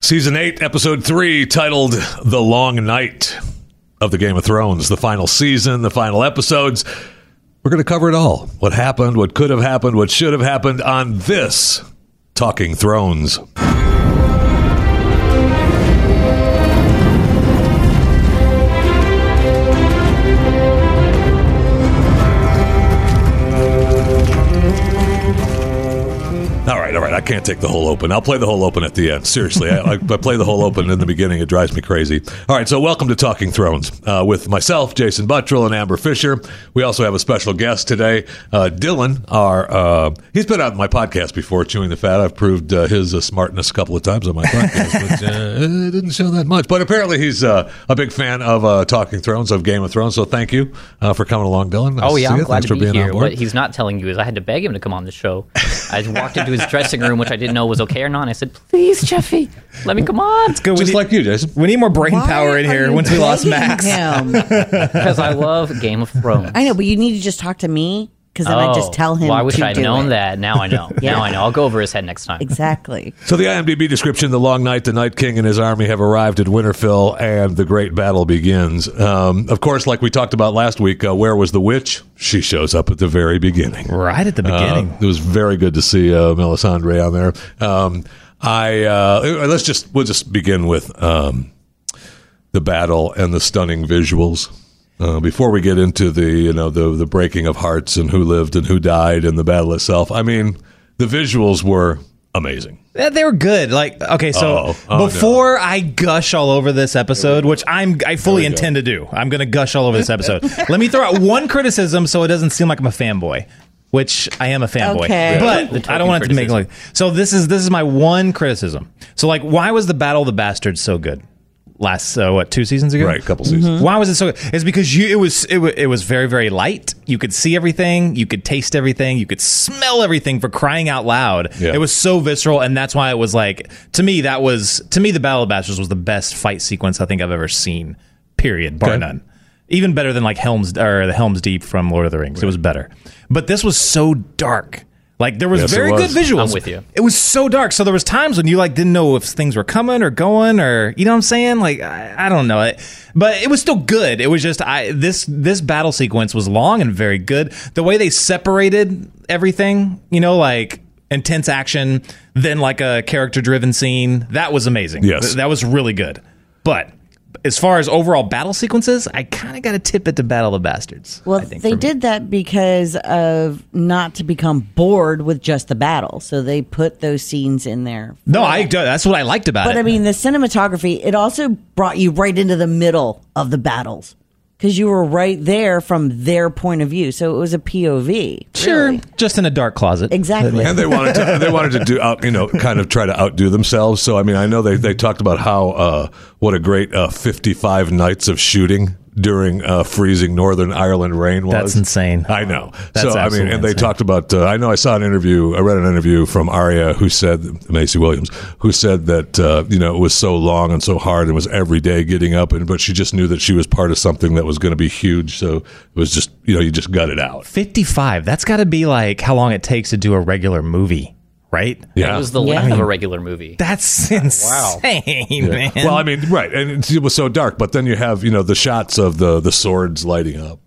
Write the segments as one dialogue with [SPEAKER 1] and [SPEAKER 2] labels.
[SPEAKER 1] Season 8, Episode 3, titled The Long Night of the Game of Thrones, the final season, the final episodes. We're going to cover it all what happened, what could have happened, what should have happened on this Talking Thrones. All right, all right. I can't take the whole open. I'll play the whole open at the end. Seriously, I, I, I play the whole open in the beginning. It drives me crazy. All right, so welcome to Talking Thrones uh, with myself, Jason Buttrell, and Amber Fisher. We also have a special guest today, uh, Dylan. Our uh, he's been on my podcast before, Chewing the Fat. I've proved uh, his uh, smartness a couple of times on my podcast, but uh, it didn't show that much. But apparently, he's uh, a big fan of uh, Talking Thrones of Game of Thrones. So thank you uh, for coming along, Dylan. Nice
[SPEAKER 2] Oh yeah,
[SPEAKER 1] see
[SPEAKER 2] I'm
[SPEAKER 1] you.
[SPEAKER 2] glad
[SPEAKER 1] Thanks for
[SPEAKER 2] to be
[SPEAKER 1] being
[SPEAKER 2] here.
[SPEAKER 1] on board.
[SPEAKER 2] What he's not telling you is I had to beg him to come on the show. I walked into his dressing room, which I didn't know was okay or not. And I said, "Please, Jeffy, let me come on,"
[SPEAKER 3] Good.
[SPEAKER 1] Just
[SPEAKER 3] we,
[SPEAKER 1] like
[SPEAKER 3] need,
[SPEAKER 1] you, Jason.
[SPEAKER 3] we need more brain
[SPEAKER 4] Why
[SPEAKER 3] power in
[SPEAKER 4] are
[SPEAKER 3] here
[SPEAKER 4] you
[SPEAKER 3] once we lost
[SPEAKER 4] begging
[SPEAKER 3] Max.
[SPEAKER 4] him?
[SPEAKER 2] because I love Game of Thrones.
[SPEAKER 4] I know, but you need to just talk to me because then I just tell him.
[SPEAKER 2] Oh, Well, I wish
[SPEAKER 4] to
[SPEAKER 2] I'd
[SPEAKER 4] do
[SPEAKER 2] known
[SPEAKER 4] it.
[SPEAKER 2] that. Now I know. Now I know. I'll go over his head next time.
[SPEAKER 4] Exactly.
[SPEAKER 1] So the IMDb description: The Long Night, the Night King and his army have arrived at Winterfell, and the great battle begins. Um, of course, like we talked about last week, uh, where was the witch? She shows up at the very beginning.
[SPEAKER 3] Right at the beginning.
[SPEAKER 1] Uh, it was very good to see uh, Melisandre on there. Um, I uh, let's just we'll just begin with um, the battle and the stunning visuals. Uh, before we get into the you know the the breaking of hearts and who lived and who died and the battle itself, I mean the visuals were amazing.
[SPEAKER 3] Yeah, they were good. Like okay, so
[SPEAKER 1] Oh, oh,
[SPEAKER 3] before I gush all over this episode, which I'm I fully
[SPEAKER 1] There we go.
[SPEAKER 3] intend to do, I'm going to gush all over this episode. Let me throw out one criticism so it doesn't seem like I'm a fanboy. Which I am a fanboy,
[SPEAKER 4] Okay.
[SPEAKER 2] The
[SPEAKER 3] but
[SPEAKER 2] token
[SPEAKER 3] I don't want it to make it
[SPEAKER 2] criticism.
[SPEAKER 3] like so. This is this is my one criticism. So like, why was the Battle of the Bastards so good last uh, what two seasons ago? Mm-hmm.
[SPEAKER 1] Right, a couple seasons.
[SPEAKER 3] Why was it so? good? It's because you. It was. It, wa- it was very, very light. You could see everything. You could taste everything. You could smell everything. For crying out loud,
[SPEAKER 1] Yeah.
[SPEAKER 3] it was so visceral, and that's why it was like to me. That was to me. The Battle of the Bastards was the best fight sequence I think I've ever seen. Period. Bar
[SPEAKER 1] Okay.
[SPEAKER 3] none. Even better than like Helms or the Helms Deep from Lord of the Rings. It was better, but this was so dark. Like there was
[SPEAKER 1] Yes, it
[SPEAKER 3] very
[SPEAKER 1] was.
[SPEAKER 3] good visuals.
[SPEAKER 2] I'm with you.
[SPEAKER 3] It was so dark. So there was times when you like didn't know if things were coming or going or you know what I'm saying? Like I, I don't know it, but it was still good. It was just I this this battle sequence was long and very good. The way they separated everything, you know, like intense action, then like a character driven scene. That was amazing.
[SPEAKER 1] Yes.
[SPEAKER 3] Th- that was really good. But as far as overall battle sequences, I kind of got to tip it to Battle of the Bastards.
[SPEAKER 4] Well,
[SPEAKER 3] I think,
[SPEAKER 4] they
[SPEAKER 3] for me.
[SPEAKER 4] did that because of not to become bored with just the battle. So they put those scenes in there.
[SPEAKER 3] No, I that's what I liked about it.
[SPEAKER 4] But I mean, the cinematography, it also brought you right into the middle of the battles because you were right there from their point of view. So it was a POV.
[SPEAKER 3] Sure,
[SPEAKER 4] really.
[SPEAKER 3] just in a dark closet.
[SPEAKER 4] Exactly.
[SPEAKER 1] And they wanted to they wanted to do out you know kind of try to outdo themselves. So I mean I know they they talked about how uh, what a great uh, fifty five nights of shooting during uh, freezing Northern Ireland rain was.
[SPEAKER 3] That's insane.
[SPEAKER 1] I know. so
[SPEAKER 3] That's
[SPEAKER 1] I mean,
[SPEAKER 3] absolutely
[SPEAKER 1] and they
[SPEAKER 3] insane.
[SPEAKER 1] talked about. Uh, I know I saw an interview. I read an interview from Aria who said Macy Williams who said that uh, you know it was so long and so hard and was every day getting up and but she just knew that she was part of something that was going to be huge. So it was just you know you just gut it out.
[SPEAKER 3] 55. That's got to be like how long it takes to do a regular movie, right?
[SPEAKER 1] Yeah.
[SPEAKER 2] It was the length of a regular movie.
[SPEAKER 3] That's insane, man.
[SPEAKER 1] Well, I mean, right, and it was so dark. But then you have you know the shots of the the swords lighting up.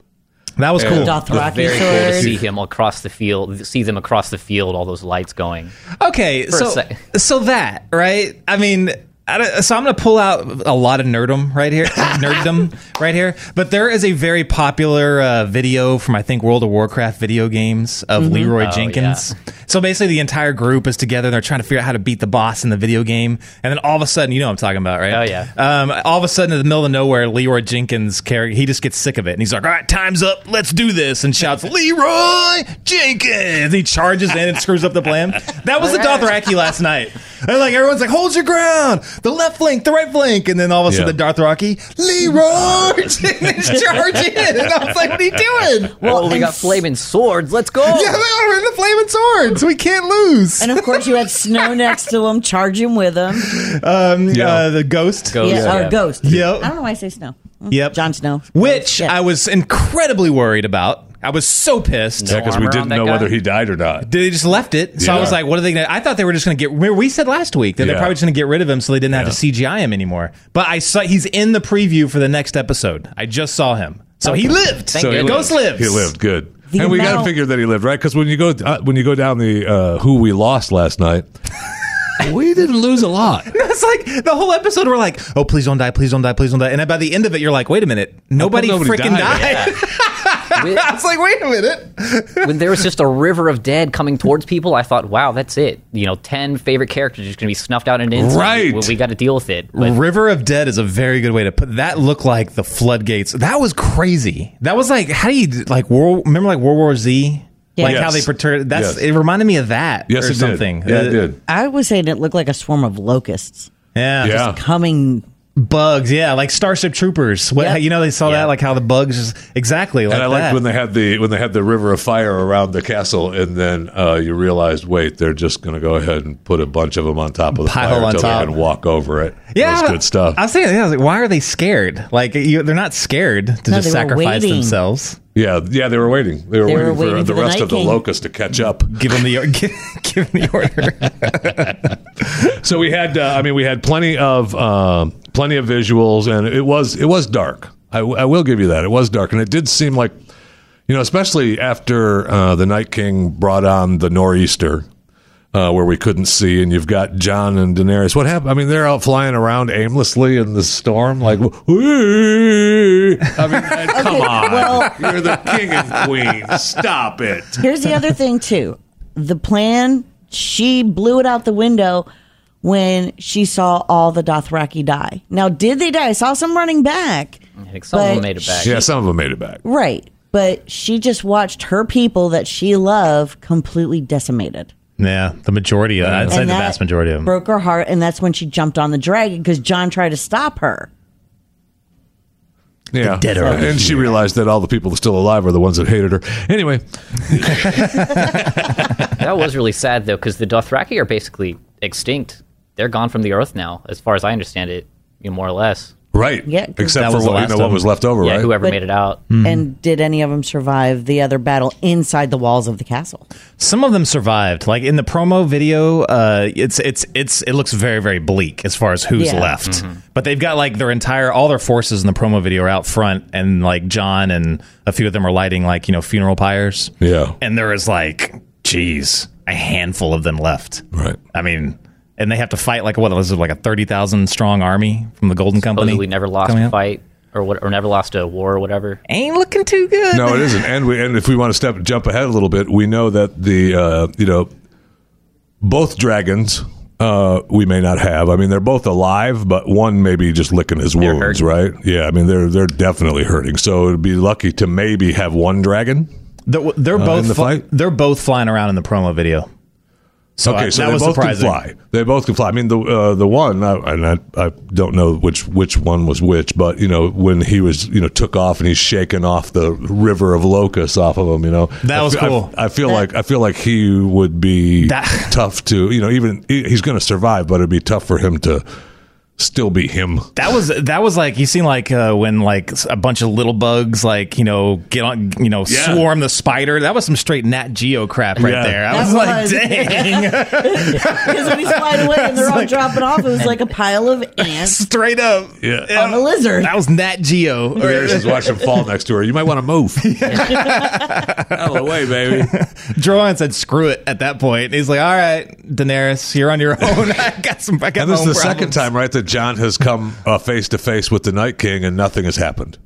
[SPEAKER 3] that was cool.
[SPEAKER 4] Dothraki
[SPEAKER 2] Very cool to
[SPEAKER 4] sword.
[SPEAKER 2] see him across the field. See them across the field. All those lights going.
[SPEAKER 3] Okay,
[SPEAKER 2] a
[SPEAKER 3] so
[SPEAKER 2] sec.
[SPEAKER 3] so that, right? I mean, I don't, so I'm going to pull out a lot of nerdum right here, nerddom right here. But there is a very popular uh, video from I think World of Warcraft video games of
[SPEAKER 2] Mm-hmm. Oh,
[SPEAKER 3] Leroy Jenkins. So basically, the entire group is together and they're trying to figure out how to beat the boss in the video game. And then all of a sudden, you know what I'm talking about, right?
[SPEAKER 2] Oh, yeah.
[SPEAKER 3] Um, all of a sudden, in the middle of nowhere, Leroy Jenkins character he just gets sick of it, and he's like, "All right, time's up. Let's do this!" and shouts, "Leroy Jenkins!" He charges in and screws up the plan. That was the Dothraki last night. And like everyone's like, "Hold your ground!" The left flank, the right flank, and then all of a sudden,
[SPEAKER 1] Yeah.
[SPEAKER 3] the Dothraki, Leroy Jenkins, charge in, and I was like, "What are you doing?"
[SPEAKER 2] Well, Oh, we
[SPEAKER 4] and
[SPEAKER 2] got flaming swords. Let's go.
[SPEAKER 3] Yeah, they are in the flaming swords. We can't lose.
[SPEAKER 4] And of course, you had Snow next to him, charging with him.
[SPEAKER 1] Yeah.
[SPEAKER 3] Uh, the ghost.
[SPEAKER 2] Ghost,
[SPEAKER 4] yeah,
[SPEAKER 2] yeah.
[SPEAKER 4] or Ghost.
[SPEAKER 3] Yep.
[SPEAKER 4] I don't know why I say Snow. Mm,
[SPEAKER 3] Yep.
[SPEAKER 4] Jon Snow.
[SPEAKER 3] which
[SPEAKER 4] Yeah.
[SPEAKER 3] I was incredibly worried about I was so pissed.
[SPEAKER 1] Yeah, because we
[SPEAKER 2] armor on
[SPEAKER 1] didn't
[SPEAKER 2] that
[SPEAKER 1] know
[SPEAKER 2] guy?
[SPEAKER 1] whether he died or not.
[SPEAKER 3] They just left it. So I
[SPEAKER 1] Yeah.
[SPEAKER 3] was like, what are they going to? I thought they were just going to get. Remember, we said last week that
[SPEAKER 1] Yeah.
[SPEAKER 3] they're probably just going to get rid of him so they didn't have to CGI him anymore. But I saw he's in the preview for the next episode. I just saw him. So he lived.
[SPEAKER 1] So he
[SPEAKER 3] Ghost
[SPEAKER 1] lived.
[SPEAKER 3] lives.
[SPEAKER 1] He lived. Good.
[SPEAKER 4] The
[SPEAKER 1] and we got to
[SPEAKER 4] amount-
[SPEAKER 1] figure that he lived, right? Because when you go uh, when you go down the uh, who we lost last night, we didn't lose a lot.
[SPEAKER 3] It's like the whole episode. We're like, oh, please don't die, please don't die, please don't die. And then by the end of it, you're like, wait a minute, nobody,
[SPEAKER 1] nobody
[SPEAKER 3] freaking
[SPEAKER 1] died?
[SPEAKER 3] died. I was like, wait a minute.
[SPEAKER 2] when there was just a river of dead coming towards people, I thought, wow, that's it. You know, 10 favorite characters are just going to be snuffed out in an instant.
[SPEAKER 1] Right.
[SPEAKER 2] We, got to deal with it. But
[SPEAKER 3] River of Dead is a very good way to put that. Looked like the floodgates. That was crazy. That was like how do you like world? Remember like World War Z.
[SPEAKER 4] Yeah.
[SPEAKER 3] Like how
[SPEAKER 1] Yes.
[SPEAKER 3] they portrayed that's
[SPEAKER 1] Yes.
[SPEAKER 3] it reminded me of that
[SPEAKER 1] Yes,
[SPEAKER 3] or
[SPEAKER 1] it did.
[SPEAKER 3] something.
[SPEAKER 1] Yeah,
[SPEAKER 3] Uh,
[SPEAKER 1] it did.
[SPEAKER 4] I was saying it looked like a swarm of locusts
[SPEAKER 3] Yeah,
[SPEAKER 1] Yeah.
[SPEAKER 3] Just
[SPEAKER 4] coming.
[SPEAKER 3] bugs. Yeah, like Starship Troopers. What
[SPEAKER 4] Yep.
[SPEAKER 3] you know they saw
[SPEAKER 2] Yeah.
[SPEAKER 3] that like how the bugs just, exactly like
[SPEAKER 1] and I liked
[SPEAKER 3] that.
[SPEAKER 1] when they had the when they had the river of fire around the castle, and then uh, you realized, wait, they're just going to go ahead and put a bunch of them on top of the
[SPEAKER 3] Pile
[SPEAKER 1] fire
[SPEAKER 3] on
[SPEAKER 1] until
[SPEAKER 3] top.
[SPEAKER 1] they can walk over it.
[SPEAKER 3] yeah,
[SPEAKER 1] it was good stuff.
[SPEAKER 3] I was saying, yeah, I was like, why are they scared? Like, you, they're not scared to
[SPEAKER 4] No,
[SPEAKER 3] just
[SPEAKER 4] they were
[SPEAKER 3] sacrifice
[SPEAKER 4] waiting.
[SPEAKER 3] themselves.
[SPEAKER 1] yeah, yeah, they were waiting. They were
[SPEAKER 4] They
[SPEAKER 1] waiting,
[SPEAKER 4] were
[SPEAKER 1] for
[SPEAKER 4] waiting
[SPEAKER 1] the
[SPEAKER 4] for the
[SPEAKER 1] rest
[SPEAKER 4] Night
[SPEAKER 1] of the
[SPEAKER 4] King.
[SPEAKER 1] locusts to catch up.
[SPEAKER 3] Give them the or- give, give them the order.
[SPEAKER 1] So we had, uh, I mean, we had plenty of um, plenty of visuals, and it was it was dark. I, w- I will give you that. It was dark, and it did seem like, you know, especially after uh, the Night King brought on the nor'easter, uh, where we couldn't see, and you've got John and Daenerys. What happened? I mean, they're out flying around aimlessly in the storm, like, "Whee!" I mean, come on,
[SPEAKER 4] well-
[SPEAKER 1] you're the king and queen. Stop it.
[SPEAKER 4] Here's the other thing too. The plan she blew it out the window when she saw all the Dothraki die. Now, did they die? I saw some running back.
[SPEAKER 2] I think some of them
[SPEAKER 4] But
[SPEAKER 2] made it back.
[SPEAKER 1] Yeah, some of them made it back.
[SPEAKER 4] Right. But she just watched her people that she loved completely decimated.
[SPEAKER 3] yeah, the majority. Of, I'd say the
[SPEAKER 4] And that
[SPEAKER 3] vast majority of them.
[SPEAKER 4] Broke her heart, and that's when she jumped on the dragon because John tried to stop her.
[SPEAKER 1] Yeah.
[SPEAKER 3] dead are
[SPEAKER 1] and she realized that all the people still alive are the ones that hated her. Anyway,
[SPEAKER 2] that was really sad, though, because the Dothraki are basically extinct. They're gone from the earth now, as far as I understand it, you know, more or less.
[SPEAKER 1] right.
[SPEAKER 4] Yeah, 'cause
[SPEAKER 1] Except
[SPEAKER 3] that
[SPEAKER 1] for
[SPEAKER 3] was the
[SPEAKER 1] what, you
[SPEAKER 3] last
[SPEAKER 1] know, what
[SPEAKER 3] one.
[SPEAKER 1] was left over,
[SPEAKER 2] Yeah,
[SPEAKER 1] right?
[SPEAKER 2] whoever
[SPEAKER 4] But-
[SPEAKER 2] made it out.
[SPEAKER 3] Hmm.
[SPEAKER 4] And did any of them survive the other battle inside the walls of the castle?
[SPEAKER 3] Some of them survived. Like in the promo video, uh, it's it's it's it looks very very bleak as far as who's
[SPEAKER 4] Yeah.
[SPEAKER 3] left.
[SPEAKER 1] Mm-hmm.
[SPEAKER 3] But they've got like their entire all their forces in the promo video are out front, and like John and a few of them are lighting like you know funeral pyres.
[SPEAKER 1] Yeah.
[SPEAKER 3] and there is like, geez, a handful of them left.
[SPEAKER 1] Right.
[SPEAKER 3] I mean, and they have to fight like what was it like a thirty thousand strong army from the Golden Company?
[SPEAKER 2] Supposedly never lost
[SPEAKER 3] coming
[SPEAKER 2] a
[SPEAKER 3] up?
[SPEAKER 2] fight or, what, or never lost a war or whatever.
[SPEAKER 3] Ain't looking too good.
[SPEAKER 1] No, it isn't. And we and if we want to step jump ahead a little bit, we know that the uh, you know both dragons uh, we may not have. I mean, they're both alive, but one maybe just licking his wounds,
[SPEAKER 2] hurting.
[SPEAKER 1] right? Yeah, I mean they're they're definitely hurting. So it'd be lucky to maybe have one dragon.
[SPEAKER 3] They're, they're both
[SPEAKER 1] in the
[SPEAKER 3] fl-
[SPEAKER 1] fight?
[SPEAKER 3] They're both flying around in the promo video. So
[SPEAKER 1] Okay,
[SPEAKER 3] I-
[SPEAKER 1] so
[SPEAKER 3] that
[SPEAKER 1] they
[SPEAKER 3] was
[SPEAKER 1] both
[SPEAKER 3] surprising.
[SPEAKER 1] can fly. They both can fly. I mean, the uh, the one, I, and I, I don't know which which one was which, but you know, when he was you know took off and he's shaking off the river of locusts off of him, you know,
[SPEAKER 3] That
[SPEAKER 1] I
[SPEAKER 3] was
[SPEAKER 1] fe- I-
[SPEAKER 3] cool.
[SPEAKER 1] I, feel like I feel like he would be
[SPEAKER 3] That-
[SPEAKER 1] tough to you know even he- he's going to survive, but it'd be tough for him to still be him.
[SPEAKER 3] That was that was like you seen like uh, when like s- a bunch of little bugs like you know get on you know
[SPEAKER 1] Yeah.
[SPEAKER 3] swarm the spider. That was some straight Nat Geo crap right
[SPEAKER 1] Yeah.
[SPEAKER 3] there. I
[SPEAKER 4] That
[SPEAKER 3] was,
[SPEAKER 4] was.
[SPEAKER 3] like, dang,
[SPEAKER 4] Because when he's flying away and they're all dropping off, it was like a pile of ants
[SPEAKER 3] straight up.
[SPEAKER 1] Yeah.
[SPEAKER 4] on a lizard.
[SPEAKER 3] That was Nat Geo. Or-
[SPEAKER 1] Daenerys is watching fall next to her. You might want to move. Out of the way, baby.
[SPEAKER 3] Drogon said, "Screw it." At that point, he's like, "All right, Daenerys, you're on your own. I got some. I got
[SPEAKER 1] And
[SPEAKER 3] my
[SPEAKER 1] this is
[SPEAKER 3] own
[SPEAKER 1] the
[SPEAKER 3] problems."
[SPEAKER 1] second time, right, that John has come face to face with the Night King and nothing has happened.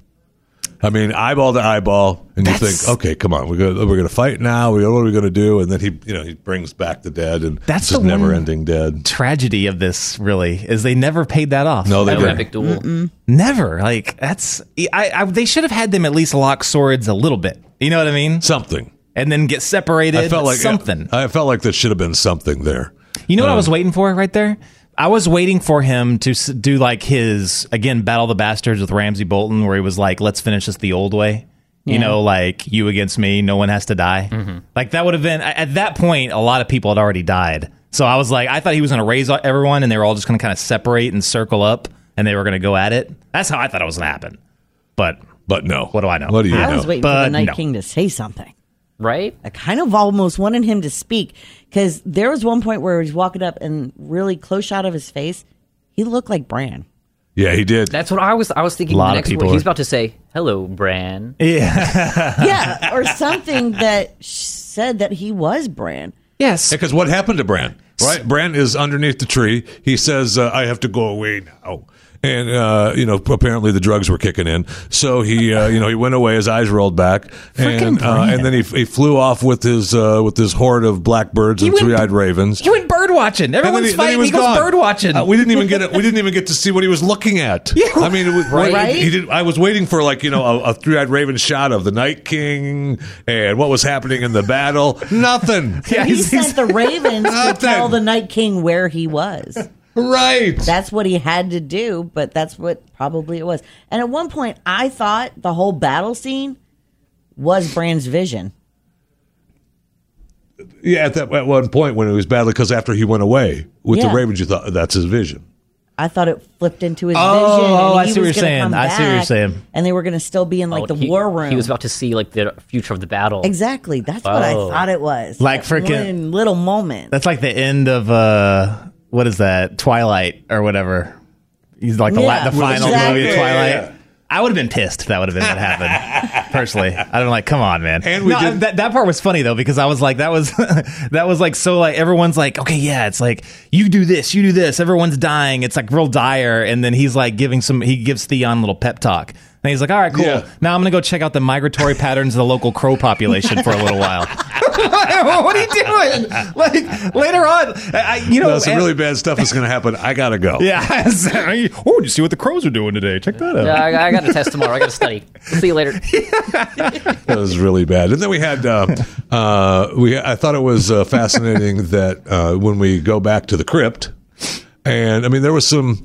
[SPEAKER 1] I mean, eyeball to eyeball, and you
[SPEAKER 3] That's-
[SPEAKER 1] think, okay, come on, we're gonna, we're going to fight now. We, what are we going to do? And then he, you know, he brings back the dead, and
[SPEAKER 3] That's
[SPEAKER 1] it's just
[SPEAKER 3] the one-
[SPEAKER 1] never-ending dead.
[SPEAKER 3] Tragedy of this really is they never paid that off.
[SPEAKER 1] No, they
[SPEAKER 2] That
[SPEAKER 1] didn't.
[SPEAKER 2] epic duel.
[SPEAKER 3] Never. Like that's e, I, I they should have had them at least lock swords a little bit. You know what I mean?
[SPEAKER 1] Something.
[SPEAKER 3] And then get separated.
[SPEAKER 1] I felt like
[SPEAKER 3] something.
[SPEAKER 1] I felt like there should have been something there.
[SPEAKER 3] you know what I was waiting for right there? I was waiting for him to s- do like his again Battle of the Bastards with Ramsey Bolton where he was like let's finish this the old way. You know, like you against me, no one has to die. Like that would have been at that point a lot of people had already died. So I was like I thought he was going to raise everyone and they were all just going to kind of separate and circle up and they were going to go at it. That's how I thought it was going to happen. But
[SPEAKER 1] But no.
[SPEAKER 3] What do I know?
[SPEAKER 1] What do you
[SPEAKER 4] I
[SPEAKER 1] know?
[SPEAKER 4] was waiting for
[SPEAKER 3] But
[SPEAKER 4] the Night
[SPEAKER 3] no.
[SPEAKER 4] King to say something.
[SPEAKER 2] right?
[SPEAKER 4] I kind of almost wanted him to speak because there was one point where he's walking up and really close shot of his face, he looked like Bran.
[SPEAKER 1] yeah, he did.
[SPEAKER 2] That's what I was. I was thinking.
[SPEAKER 3] Lot
[SPEAKER 2] the
[SPEAKER 3] of
[SPEAKER 2] next
[SPEAKER 3] people
[SPEAKER 2] word,
[SPEAKER 3] are-
[SPEAKER 2] he's about to say, "Hello, Bran."
[SPEAKER 3] Yeah.
[SPEAKER 4] Yeah, or something that sh- said that he was Bran.
[SPEAKER 3] yes.
[SPEAKER 1] Because what happened to Bran? Right, Bran is underneath the tree. He says, uh, "I have to go away now," and uh, you know, apparently the drugs were kicking in. So he, uh, you know, he went away. His eyes rolled back, and uh, and then he, he flew off with his uh, with his horde of blackbirds and
[SPEAKER 3] went-
[SPEAKER 1] three eyed ravens.
[SPEAKER 3] You went bird watching.
[SPEAKER 1] And then he-
[SPEAKER 3] Everyone's
[SPEAKER 1] then
[SPEAKER 3] fighting.
[SPEAKER 1] was
[SPEAKER 3] He, goes
[SPEAKER 1] gone.
[SPEAKER 3] bird watching.
[SPEAKER 1] Uh, we didn't even get it. We didn't even get to see what he was looking at. I mean, it was,
[SPEAKER 4] Right?
[SPEAKER 1] He did, I was waiting for like you know a, a three-eyed raven shot of the Night King and what was happening in the battle. Nothing.
[SPEAKER 3] yeah,
[SPEAKER 4] He
[SPEAKER 3] he's- he's-
[SPEAKER 4] sent the ravens to
[SPEAKER 1] Nothing.
[SPEAKER 4] tell the Night King where he was.
[SPEAKER 1] Right.
[SPEAKER 4] That's what he had to do, but that's what probably it was. And at one point, I thought the whole battle scene was Bran's vision.
[SPEAKER 1] yeah. At that at one point when it was badly because after he went away with the
[SPEAKER 4] Yeah.
[SPEAKER 1] ravens, you thought that's his vision.
[SPEAKER 4] I thought it flipped into his
[SPEAKER 3] Oh,
[SPEAKER 4] vision.
[SPEAKER 3] oh,
[SPEAKER 4] and
[SPEAKER 3] I
[SPEAKER 4] he
[SPEAKER 3] see what
[SPEAKER 4] was
[SPEAKER 3] you're
[SPEAKER 4] gonna
[SPEAKER 3] saying.
[SPEAKER 4] come
[SPEAKER 3] I see what you're
[SPEAKER 4] back,
[SPEAKER 3] saying.
[SPEAKER 4] And they were going to still be in like
[SPEAKER 2] Oh,
[SPEAKER 4] the
[SPEAKER 2] he-
[SPEAKER 4] war room.
[SPEAKER 2] He was about to see like the future of the battle.
[SPEAKER 4] exactly. That's what I
[SPEAKER 2] Oh.
[SPEAKER 4] thought it was.
[SPEAKER 3] Like
[SPEAKER 4] That
[SPEAKER 3] frickin-
[SPEAKER 4] one little moment.
[SPEAKER 3] That's like the end of uh, what is that? Twilight or whatever. He's like the, la-
[SPEAKER 4] Yeah,
[SPEAKER 3] the final
[SPEAKER 4] exactly.
[SPEAKER 3] movie of
[SPEAKER 4] Yeah,
[SPEAKER 1] yeah,
[SPEAKER 3] Twilight.
[SPEAKER 1] yeah.
[SPEAKER 3] I would have been pissed if that would have been what happened. Personally, I'd been like, "Come on, man!"
[SPEAKER 1] And we
[SPEAKER 3] No,
[SPEAKER 1] did-
[SPEAKER 3] that that part was funny though because I was like, "That was that was like so like everyone's like, okay, yeah, it's like you do this, you do this, everyone's dying, it's like real dire." And then he's like giving some, he gives Theon a little pep talk, and he's like, "All right, cool.
[SPEAKER 1] Yeah.
[SPEAKER 3] Now I'm gonna go check out the migratory patterns of the local crow population for a little while." what are you doing? Like later on, I, I- you know,
[SPEAKER 1] No, some
[SPEAKER 3] Oh, and-
[SPEAKER 1] really bad stuff is going to happen. I gotta go.
[SPEAKER 3] yeah. sorry. oh, did you see what the crows are doing today? Check that out.
[SPEAKER 2] Yeah, I, I got a test tomorrow. I got to study. See you later.
[SPEAKER 1] That was really bad. And then we had uh, uh, we. I thought it was uh, fascinating that uh, when we go back to the crypt, and I mean there was some.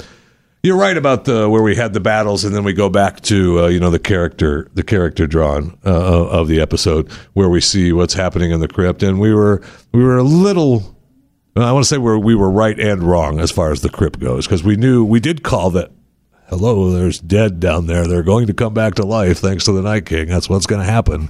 [SPEAKER 1] You're right about the where we had the battles, and then we go back to uh, you know the character the character drawn uh, of the episode where we see what's happening in the crypt, and we were we were a little. I want to say where we were right and wrong as far as the crypt goes because we knew we did call that hello, there's dead down there. They're going to come back to life thanks to the Night King. That's what's going to happen.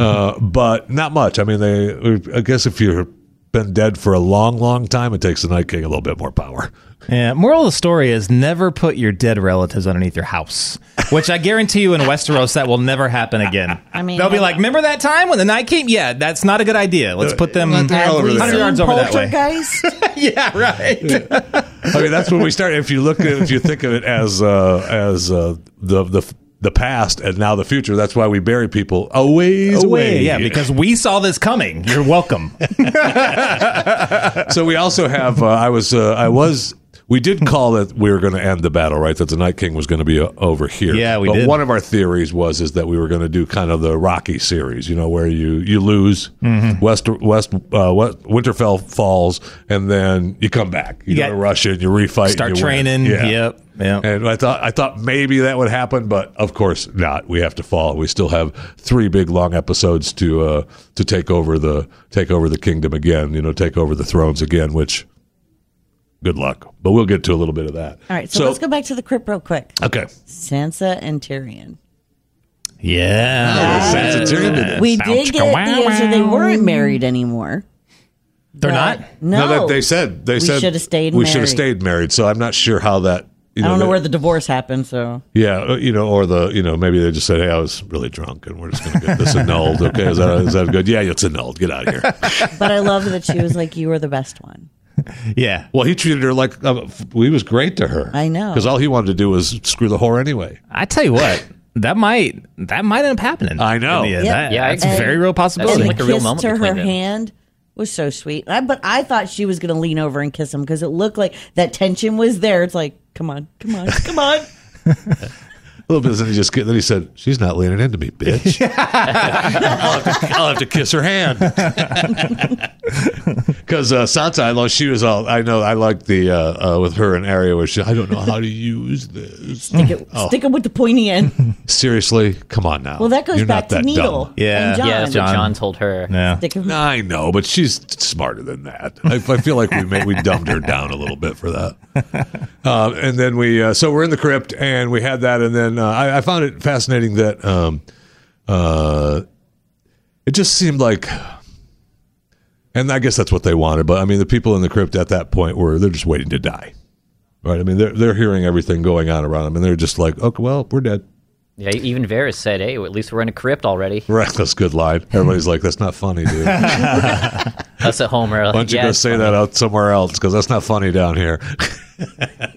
[SPEAKER 1] uh, but not much. I mean, they. I guess if you've been dead for a long, long time, it takes the Night King a little bit more power.
[SPEAKER 3] Yeah. Moral of the story is never put your dead relatives underneath your house, which I guarantee you in Westeros that will never happen again.
[SPEAKER 4] I mean,
[SPEAKER 3] they'll be
[SPEAKER 4] I-
[SPEAKER 3] like, remember that time when the night came? Yeah, that's not a good idea. Let's put them.
[SPEAKER 1] Let them
[SPEAKER 4] Have
[SPEAKER 1] all over
[SPEAKER 4] we
[SPEAKER 1] there.
[SPEAKER 4] seen
[SPEAKER 3] 100 yards over that way.
[SPEAKER 4] Poltergeist?
[SPEAKER 3] yeah, right.
[SPEAKER 1] I mean, that's when we start. If you look at, if you think of it as uh, as uh, the the the past and now the future, that's why we bury people a ways away.
[SPEAKER 3] Yeah, because we saw this coming. You're welcome.
[SPEAKER 1] so we also have. Uh, I was. Uh, I was. We did call that we were going to end the battle, right? That the Night King was going to be uh, over here.
[SPEAKER 3] Yeah, we
[SPEAKER 1] but
[SPEAKER 3] did.
[SPEAKER 1] One of our theories was is that we were going to do kind of the Rocky series, you know, where you you lose
[SPEAKER 3] Mm-hmm.
[SPEAKER 1] West West uh, West Winterfell falls, and then you come back. You,
[SPEAKER 3] You
[SPEAKER 1] go
[SPEAKER 3] got-
[SPEAKER 1] to Russia and you refight. and
[SPEAKER 3] Start
[SPEAKER 1] you win.
[SPEAKER 3] training.
[SPEAKER 1] Yeah.
[SPEAKER 3] Yep. Yep.
[SPEAKER 1] And I thought I thought maybe that would happen, but of course not. We have to fall. We still have three big long episodes to uh, to take over the take over the kingdom again. You know, take over the thrones again. Which good luck, but we'll get to a little bit of that.
[SPEAKER 4] All right, so, let's go back to the crypt real quick.
[SPEAKER 1] Okay,
[SPEAKER 4] Sansa and Tyrion.
[SPEAKER 3] yeah.
[SPEAKER 1] Sansa Tyrion did it.
[SPEAKER 4] We did get the answer they weren't married anymore.
[SPEAKER 3] They're
[SPEAKER 4] but-
[SPEAKER 3] not.
[SPEAKER 4] No.
[SPEAKER 1] that they said they said
[SPEAKER 4] shoulda stayed
[SPEAKER 1] We should have
[SPEAKER 4] married.
[SPEAKER 1] stayed married. So I'm not sure how that. You
[SPEAKER 4] I don't know
[SPEAKER 1] that-
[SPEAKER 4] where the divorce happened, so
[SPEAKER 1] Yeah, uh, you know, or the you know maybe they just said, "Hey, I was really drunk, and we're just going to get this annulled." Okay, is that is that good? Yeah, it's annulled. Get out of here.
[SPEAKER 4] but I love that she was like, You were the best one.
[SPEAKER 3] Yeah.
[SPEAKER 1] Well, he treated her like uh, f- he was great to her.
[SPEAKER 4] I know.
[SPEAKER 1] because all he wanted to do was screw the whore anyway.
[SPEAKER 3] I tell you what, that might that might end up happening.
[SPEAKER 1] I know.
[SPEAKER 3] In the end.
[SPEAKER 4] Yep.
[SPEAKER 3] That-
[SPEAKER 2] Yeah, I
[SPEAKER 3] that's
[SPEAKER 2] agree.
[SPEAKER 3] a very real possibility.
[SPEAKER 4] And
[SPEAKER 2] like
[SPEAKER 4] the
[SPEAKER 2] a real
[SPEAKER 4] kiss
[SPEAKER 2] moment
[SPEAKER 4] to her
[SPEAKER 2] between them.
[SPEAKER 4] hand was so sweet. I, but I thought she was going to lean over and kiss him because it looked like that tension was there. It's like, come on, come on, come on.
[SPEAKER 1] A little bit, then he just then he said, "She's not leaning into me, bitch." I'll, have to, I'll have to kiss her hand because uh, Sansa, I know she was all. I know I liked the uh, uh, with her and Arya where she. I don't know how to use this.
[SPEAKER 4] Stick it, stick it with the pointy end.
[SPEAKER 1] Seriously, come on now.
[SPEAKER 4] Well, that goes
[SPEAKER 1] You're
[SPEAKER 4] back
[SPEAKER 1] not
[SPEAKER 4] to
[SPEAKER 1] that
[SPEAKER 4] Needle.
[SPEAKER 1] dumb.
[SPEAKER 3] Yeah.
[SPEAKER 4] and John.
[SPEAKER 2] Yeah, that's what
[SPEAKER 3] John.
[SPEAKER 2] John told her.
[SPEAKER 3] Yeah.
[SPEAKER 4] Stick it-
[SPEAKER 1] I know, but she's smarter than that. I, I feel like we made, we dumbed her down a little bit for that. Uh, and then we, uh, so we're in the crypt, and we had that, and then uh, I, I found it fascinating that um, uh, it just seemed like, and I guess that's what they wanted. But I mean, the people in the crypt at that point were they're just waiting to die, right? I mean, they're they're hearing everything going on around them, and they're just like, okay, well, we're dead.
[SPEAKER 2] Yeah, even Varys said, "Hey, well, at least we're in a crypt already."
[SPEAKER 1] Reckless, good line. Everybody's like, that's not funny, dude.
[SPEAKER 2] Us at home are like,
[SPEAKER 1] Why don't you
[SPEAKER 2] yeah,
[SPEAKER 1] go
[SPEAKER 2] it's
[SPEAKER 1] say
[SPEAKER 2] fine."
[SPEAKER 1] that out somewhere else? Because that's not funny down here.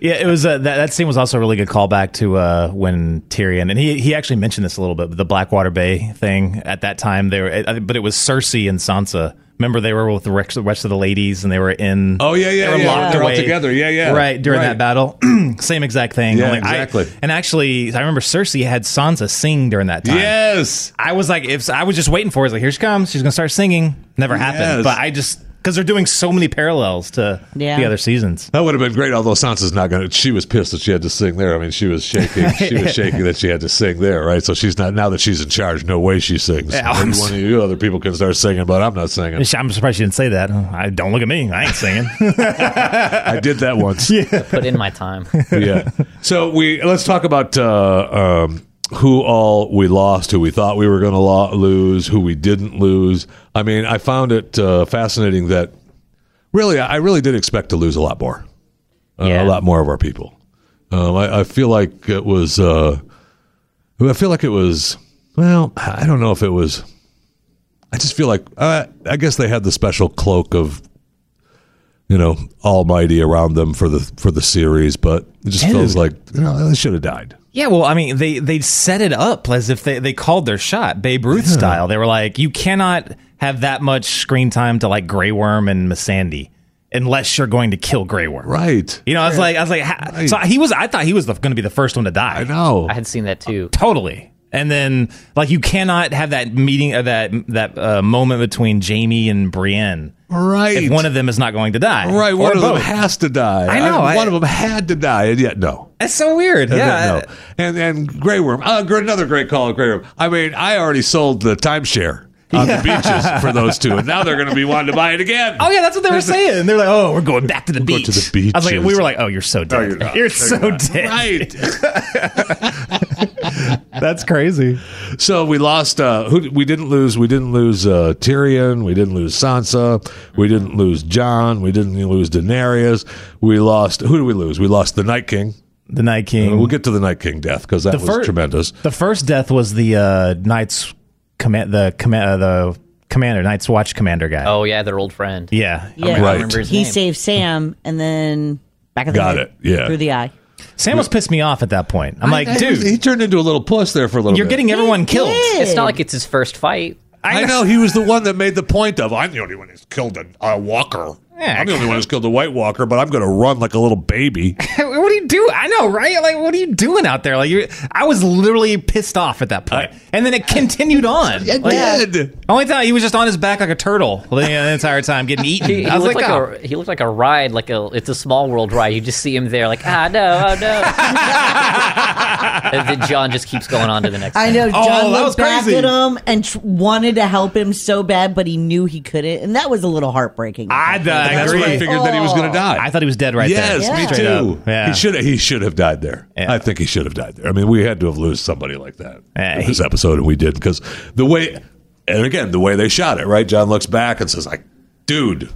[SPEAKER 3] Yeah, it was uh, that that scene was also a really good callback to uh, when Tyrion and he he actually mentioned this a little bit but the Blackwater Bay thing at that time they were I- I- but it was Cersei and Sansa. Remember they were with the rest the rest of the ladies and they were in
[SPEAKER 1] Oh, yeah, yeah,
[SPEAKER 3] they were
[SPEAKER 1] yeah.
[SPEAKER 3] locked
[SPEAKER 1] They're all
[SPEAKER 3] away.
[SPEAKER 1] together. Yeah, yeah.
[SPEAKER 3] right during
[SPEAKER 1] Right.
[SPEAKER 3] that battle same exact thing
[SPEAKER 1] Yeah,
[SPEAKER 3] Only I-
[SPEAKER 1] exactly.
[SPEAKER 3] and actually I remember Cersei had Sansa sing during that time
[SPEAKER 1] yes.
[SPEAKER 3] I was like, if I was just waiting for it, I was like, here she comes. She's gonna start singing. Never happened.
[SPEAKER 1] Yes.
[SPEAKER 3] But I just because they're doing so many parallels to
[SPEAKER 4] Yeah.
[SPEAKER 3] the other seasons.
[SPEAKER 1] That would have been great, although Sansa's not going to. She was pissed that she had to sing there. I mean, she was shaking. She was shaking that she had to sing there, right? So she's not, now that she's in charge, no way she sings.
[SPEAKER 3] Yeah,
[SPEAKER 1] Maybe
[SPEAKER 3] I'm s-
[SPEAKER 1] one of you other people can start singing, but I'm not singing.
[SPEAKER 3] I'm surprised she didn't say that. I don't look at me. I ain't singing.
[SPEAKER 1] I did that once. yeah.
[SPEAKER 2] Put in my time.
[SPEAKER 1] yeah. So we let's talk about uh, um, who all we lost, who we thought we were going to lo- lose, who we didn't lose. I mean, I found it uh, fascinating that really, I I really did expect to lose a lot more, uh,
[SPEAKER 2] Yeah.
[SPEAKER 1] a lot more of our people. Um, I, I feel like it was. Uh, I feel like it was. Well, I don't know if it was. I just feel like uh, I guess they had the special cloak of you know almighty around them for the for the series, but it just feels like you know they should have died.
[SPEAKER 3] yeah, well, I mean, they they set it up as if they they called their shot, Babe Ruth style. They were like, you cannot have that much screen time to like Grey Worm and Missandei unless you're going to kill Grey Worm.
[SPEAKER 1] Right.
[SPEAKER 3] You know, I was like, I was like, ha- so he was. I thought he was going to be the first one to die.
[SPEAKER 1] I know.
[SPEAKER 2] I had seen that too.
[SPEAKER 3] Totally. And then like you cannot have that meeting uh, that that uh, moment between Jamie and Brienne
[SPEAKER 1] right.
[SPEAKER 3] if one of them is not going to die.
[SPEAKER 1] right.
[SPEAKER 3] Or
[SPEAKER 1] One of them
[SPEAKER 3] both.
[SPEAKER 1] has to die.
[SPEAKER 3] I know, I-
[SPEAKER 1] one of them had to die, and yet no.
[SPEAKER 3] That's so weird.
[SPEAKER 1] And
[SPEAKER 3] Yeah.
[SPEAKER 1] yet no. uh, And and Grey Worm. Uh, gr- another great call, of Grey Worm. I mean, I already sold the timeshare on the beaches for those two, and now they're going to be wanting to buy it again.
[SPEAKER 3] Oh yeah, that's what they were saying. They're like, "Oh, we're going back to the
[SPEAKER 1] go
[SPEAKER 3] beach."
[SPEAKER 1] to the
[SPEAKER 3] I was like,
[SPEAKER 1] beaches.
[SPEAKER 3] "We were like, oh, you're so dead.
[SPEAKER 1] you're not.
[SPEAKER 3] so dead.
[SPEAKER 1] Right.
[SPEAKER 3] That's crazy."
[SPEAKER 1] So we lost. Uh, who we didn't lose? We didn't lose uh, Tyrion. We didn't lose Sansa. We didn't lose John. We didn't lose Daenerys. We lost. Who did we lose? We lost the Night King.
[SPEAKER 3] The Night King.
[SPEAKER 1] We'll get to the Night King death because that Oh, was
[SPEAKER 3] fir-
[SPEAKER 1] tremendous.
[SPEAKER 3] The first death was the uh, Knights command the command uh, the commander Knights Watch commander guy.
[SPEAKER 2] Oh yeah, their old friend.
[SPEAKER 3] Yeah. Oh
[SPEAKER 4] Yeah,
[SPEAKER 1] Right.
[SPEAKER 2] remember his
[SPEAKER 4] he
[SPEAKER 2] name.
[SPEAKER 4] saved Sam, and then back of the
[SPEAKER 1] Got
[SPEAKER 4] head,
[SPEAKER 1] it, yeah.
[SPEAKER 4] through the eye.
[SPEAKER 3] Sam was pissed me off at that point. I'm like,
[SPEAKER 1] I- I-
[SPEAKER 3] "Dude,
[SPEAKER 1] he turned into a little puss there for a little.
[SPEAKER 3] you're
[SPEAKER 1] bit.
[SPEAKER 3] getting everyone
[SPEAKER 4] He
[SPEAKER 3] killed."
[SPEAKER 4] did.
[SPEAKER 2] It's not like it's his first fight.
[SPEAKER 1] I know he was the one that made the point of I'm the only one who's killed a, a walker.
[SPEAKER 3] Yeah.
[SPEAKER 1] I'm the only one who's killed a White Walker, but I'm going to run like a little baby.
[SPEAKER 3] what do you do? I know, right? Like, what are you doing out there? Like, you, I was literally pissed off at that point,
[SPEAKER 1] I-
[SPEAKER 3] and then it continued on.
[SPEAKER 1] It
[SPEAKER 3] Like,
[SPEAKER 1] did.
[SPEAKER 3] Only time he was just on his back like a turtle the entire time, getting
[SPEAKER 2] He,
[SPEAKER 3] eaten.
[SPEAKER 2] he
[SPEAKER 3] I was
[SPEAKER 2] looked
[SPEAKER 3] like,
[SPEAKER 2] like,
[SPEAKER 3] oh.
[SPEAKER 2] a he looked like a ride, like a it's a small world ride. You just see him there, like ah no, oh no. and then John just keeps going on to the next.
[SPEAKER 4] I
[SPEAKER 2] thing.
[SPEAKER 4] know John
[SPEAKER 3] that was
[SPEAKER 4] looked back
[SPEAKER 3] crazy.
[SPEAKER 4] at him and tr- wanted to help him so bad, but he knew he couldn't, and that was a little heartbreaking.
[SPEAKER 3] I, I
[SPEAKER 1] That's
[SPEAKER 3] agree. Oh,
[SPEAKER 1] when I figured that he was going to die.
[SPEAKER 3] I thought he was dead right there.
[SPEAKER 1] yes, me
[SPEAKER 4] Yeah.
[SPEAKER 3] Straight
[SPEAKER 1] too.
[SPEAKER 3] up. Yeah.
[SPEAKER 1] He should he should have died there.
[SPEAKER 3] Yeah.
[SPEAKER 1] I think he should have died there. I mean, we had to have lost somebody like that
[SPEAKER 3] Yeah,
[SPEAKER 1] in this
[SPEAKER 3] he-
[SPEAKER 1] episode, and we did because the way and again the way they shot it. Right, John looks back and says, "Like, dude,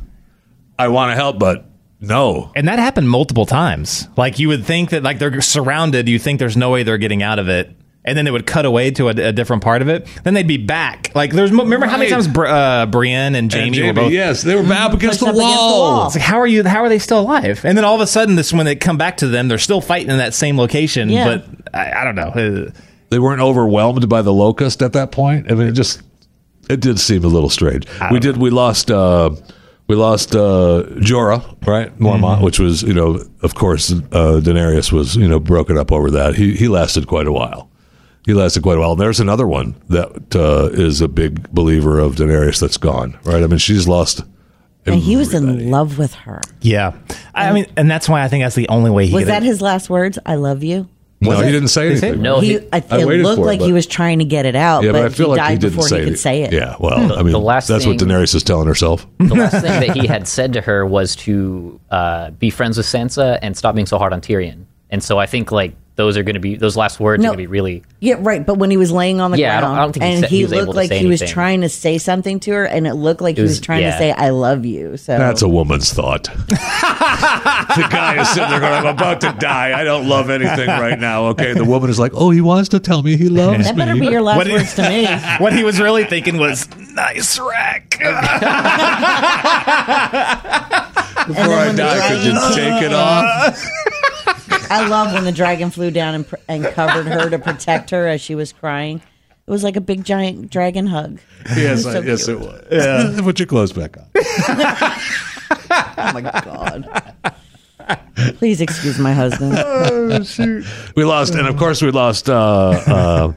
[SPEAKER 1] I want to help, but no."
[SPEAKER 3] And that happened multiple times. Like you would think that like they're surrounded, you think there's no way they're getting out of it. And then it would cut away to a, a different part of it. Then they'd be back. Like there's mo- remember how many
[SPEAKER 1] Right.
[SPEAKER 3] times Br- uh, Brienne and Jamie,
[SPEAKER 1] And
[SPEAKER 3] were both Mm-hmm.
[SPEAKER 1] yes, they were up against
[SPEAKER 4] Pushed
[SPEAKER 1] the,
[SPEAKER 4] up against the
[SPEAKER 1] wall.
[SPEAKER 4] wall.
[SPEAKER 3] It's like how are you? How are they still alive? And then all of a sudden, this when they come back to them, they're still fighting in that same location.
[SPEAKER 4] Yeah.
[SPEAKER 3] But I, I don't know. Uh,
[SPEAKER 1] They weren't overwhelmed by the locust at that point. I mean, it just it did seem a little strange. We did. We lost. uh we lost uh, Jorah, right?
[SPEAKER 2] Mm-hmm.
[SPEAKER 1] Mormont, which was, you know, of course, uh, Daenerys was, you know, broken up over that. He he lasted quite a while. He lasted quite a while. And there's another one that uh, is a big believer of Daenerys that's gone, right? I mean, she's lost.
[SPEAKER 4] and he was
[SPEAKER 1] everybody.
[SPEAKER 4] in love with her.
[SPEAKER 3] Yeah, I, I mean, and that's why I think that's the only way he
[SPEAKER 4] Was
[SPEAKER 3] could-
[SPEAKER 4] that his last words? I love you.
[SPEAKER 1] No,
[SPEAKER 3] Was
[SPEAKER 1] he
[SPEAKER 3] it?
[SPEAKER 1] didn't say
[SPEAKER 3] Did he say
[SPEAKER 1] anything.
[SPEAKER 3] it?
[SPEAKER 2] No,
[SPEAKER 4] he,
[SPEAKER 2] he-
[SPEAKER 4] I,
[SPEAKER 1] Oh, I
[SPEAKER 4] it
[SPEAKER 1] waited
[SPEAKER 4] looked
[SPEAKER 1] for it,
[SPEAKER 4] like he
[SPEAKER 1] but-
[SPEAKER 4] was trying to get it out,
[SPEAKER 1] Yeah,
[SPEAKER 4] but,
[SPEAKER 1] but I feel
[SPEAKER 4] he
[SPEAKER 1] like
[SPEAKER 4] died
[SPEAKER 1] he didn't
[SPEAKER 4] before
[SPEAKER 1] say
[SPEAKER 4] he could
[SPEAKER 1] it.
[SPEAKER 4] say it. Hmm.
[SPEAKER 1] Yeah, well, I mean,
[SPEAKER 2] The last
[SPEAKER 1] that's what
[SPEAKER 2] thing- Hmm.
[SPEAKER 1] Daenerys is telling herself.
[SPEAKER 2] The last thing that he had said to her was to uh, be friends with Sansa and stop being so hard on Tyrion. And so I think like those are going to be those last words
[SPEAKER 4] No.
[SPEAKER 2] are going to be really.
[SPEAKER 4] Yeah, right. But when he was laying on the
[SPEAKER 2] Yeah, I don't-
[SPEAKER 4] ground,
[SPEAKER 2] I don't think he
[SPEAKER 4] and
[SPEAKER 2] said-
[SPEAKER 4] he,
[SPEAKER 2] he was able
[SPEAKER 4] looked
[SPEAKER 2] to
[SPEAKER 4] like
[SPEAKER 2] say
[SPEAKER 4] he was
[SPEAKER 2] anything.
[SPEAKER 4] trying to say something to her, and it looked like he was
[SPEAKER 2] was-
[SPEAKER 4] trying to
[SPEAKER 2] yeah.
[SPEAKER 4] say, "I love you." So
[SPEAKER 1] That's a woman's thought. the guy is sitting there going, I'm about to die. I don't love anything right now. Okay. The woman is like, oh, he wants to tell me he loves
[SPEAKER 4] that
[SPEAKER 1] me.
[SPEAKER 4] better be your last
[SPEAKER 3] What do you-
[SPEAKER 4] words to me.
[SPEAKER 3] What he was really thinking was nice rack.
[SPEAKER 1] Before I
[SPEAKER 4] when the
[SPEAKER 1] die, could you
[SPEAKER 4] dragon
[SPEAKER 1] take it off?
[SPEAKER 4] I love when the dragon flew down and, pr- and covered her to protect her as she was crying. It was like a big giant dragon hug.
[SPEAKER 1] Yes,
[SPEAKER 4] So
[SPEAKER 1] I- yes,
[SPEAKER 4] cute.
[SPEAKER 1] it was. Yeah. Put your clothes back on.
[SPEAKER 4] Oh my god! Please excuse my husband.
[SPEAKER 1] We lost, and of course, we lost uh, uh,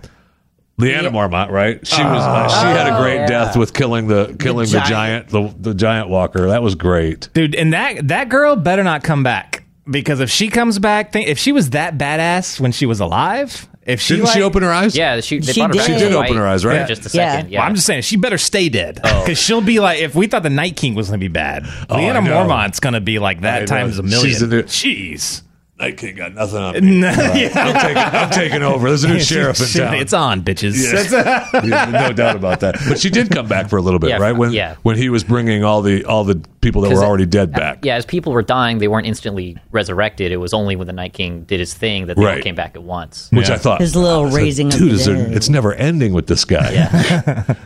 [SPEAKER 1] Leanna Marmont. Right? She was. Uh, she had a
[SPEAKER 4] Oh,
[SPEAKER 1] great death with killing the killing the giant,
[SPEAKER 4] giant.
[SPEAKER 1] the, the giant walker. That was great.
[SPEAKER 3] Dude, and that that girl better not come back because if she comes back, think, if she was that badass when she was alive, if she
[SPEAKER 1] Didn't
[SPEAKER 3] like,
[SPEAKER 1] she open her eyes?
[SPEAKER 2] Yeah, she they
[SPEAKER 4] She
[SPEAKER 2] brought her back
[SPEAKER 4] did.
[SPEAKER 2] to
[SPEAKER 4] She did
[SPEAKER 2] life
[SPEAKER 1] open her eyes, right?
[SPEAKER 2] for Just a
[SPEAKER 4] Yeah.
[SPEAKER 2] second. Yeah.
[SPEAKER 3] Well, I'm just saying she better stay dead because she'll be like if we thought the Night King was gonna be bad,
[SPEAKER 1] Oh,
[SPEAKER 3] Leanna
[SPEAKER 1] I know.
[SPEAKER 3] Mormont's gonna be like
[SPEAKER 1] I
[SPEAKER 3] that times
[SPEAKER 1] know.
[SPEAKER 3] a million.
[SPEAKER 1] She's the new-
[SPEAKER 3] Jeez,
[SPEAKER 1] Night King got nothing on me. I'm, taking, I'm taking over. There's a new sheriff in
[SPEAKER 3] Shit,
[SPEAKER 1] town.
[SPEAKER 3] It's on, bitches.
[SPEAKER 1] Yeah. Yeah, no doubt about that. But she did come back for a little bit,
[SPEAKER 2] Yeah,
[SPEAKER 1] right? When
[SPEAKER 2] yeah.
[SPEAKER 1] when he was bringing all the all the people that were
[SPEAKER 2] it-
[SPEAKER 1] already dead back.
[SPEAKER 2] yeah, as people were dying, they weren't instantly resurrected. It was only when the Night King did his thing that they all
[SPEAKER 1] Right.
[SPEAKER 2] came back at once.
[SPEAKER 1] Which I thought
[SPEAKER 4] His little
[SPEAKER 1] I said,
[SPEAKER 4] raising of
[SPEAKER 1] Dude,
[SPEAKER 4] the
[SPEAKER 1] is there-
[SPEAKER 4] dead."
[SPEAKER 1] it's never ending with this guy.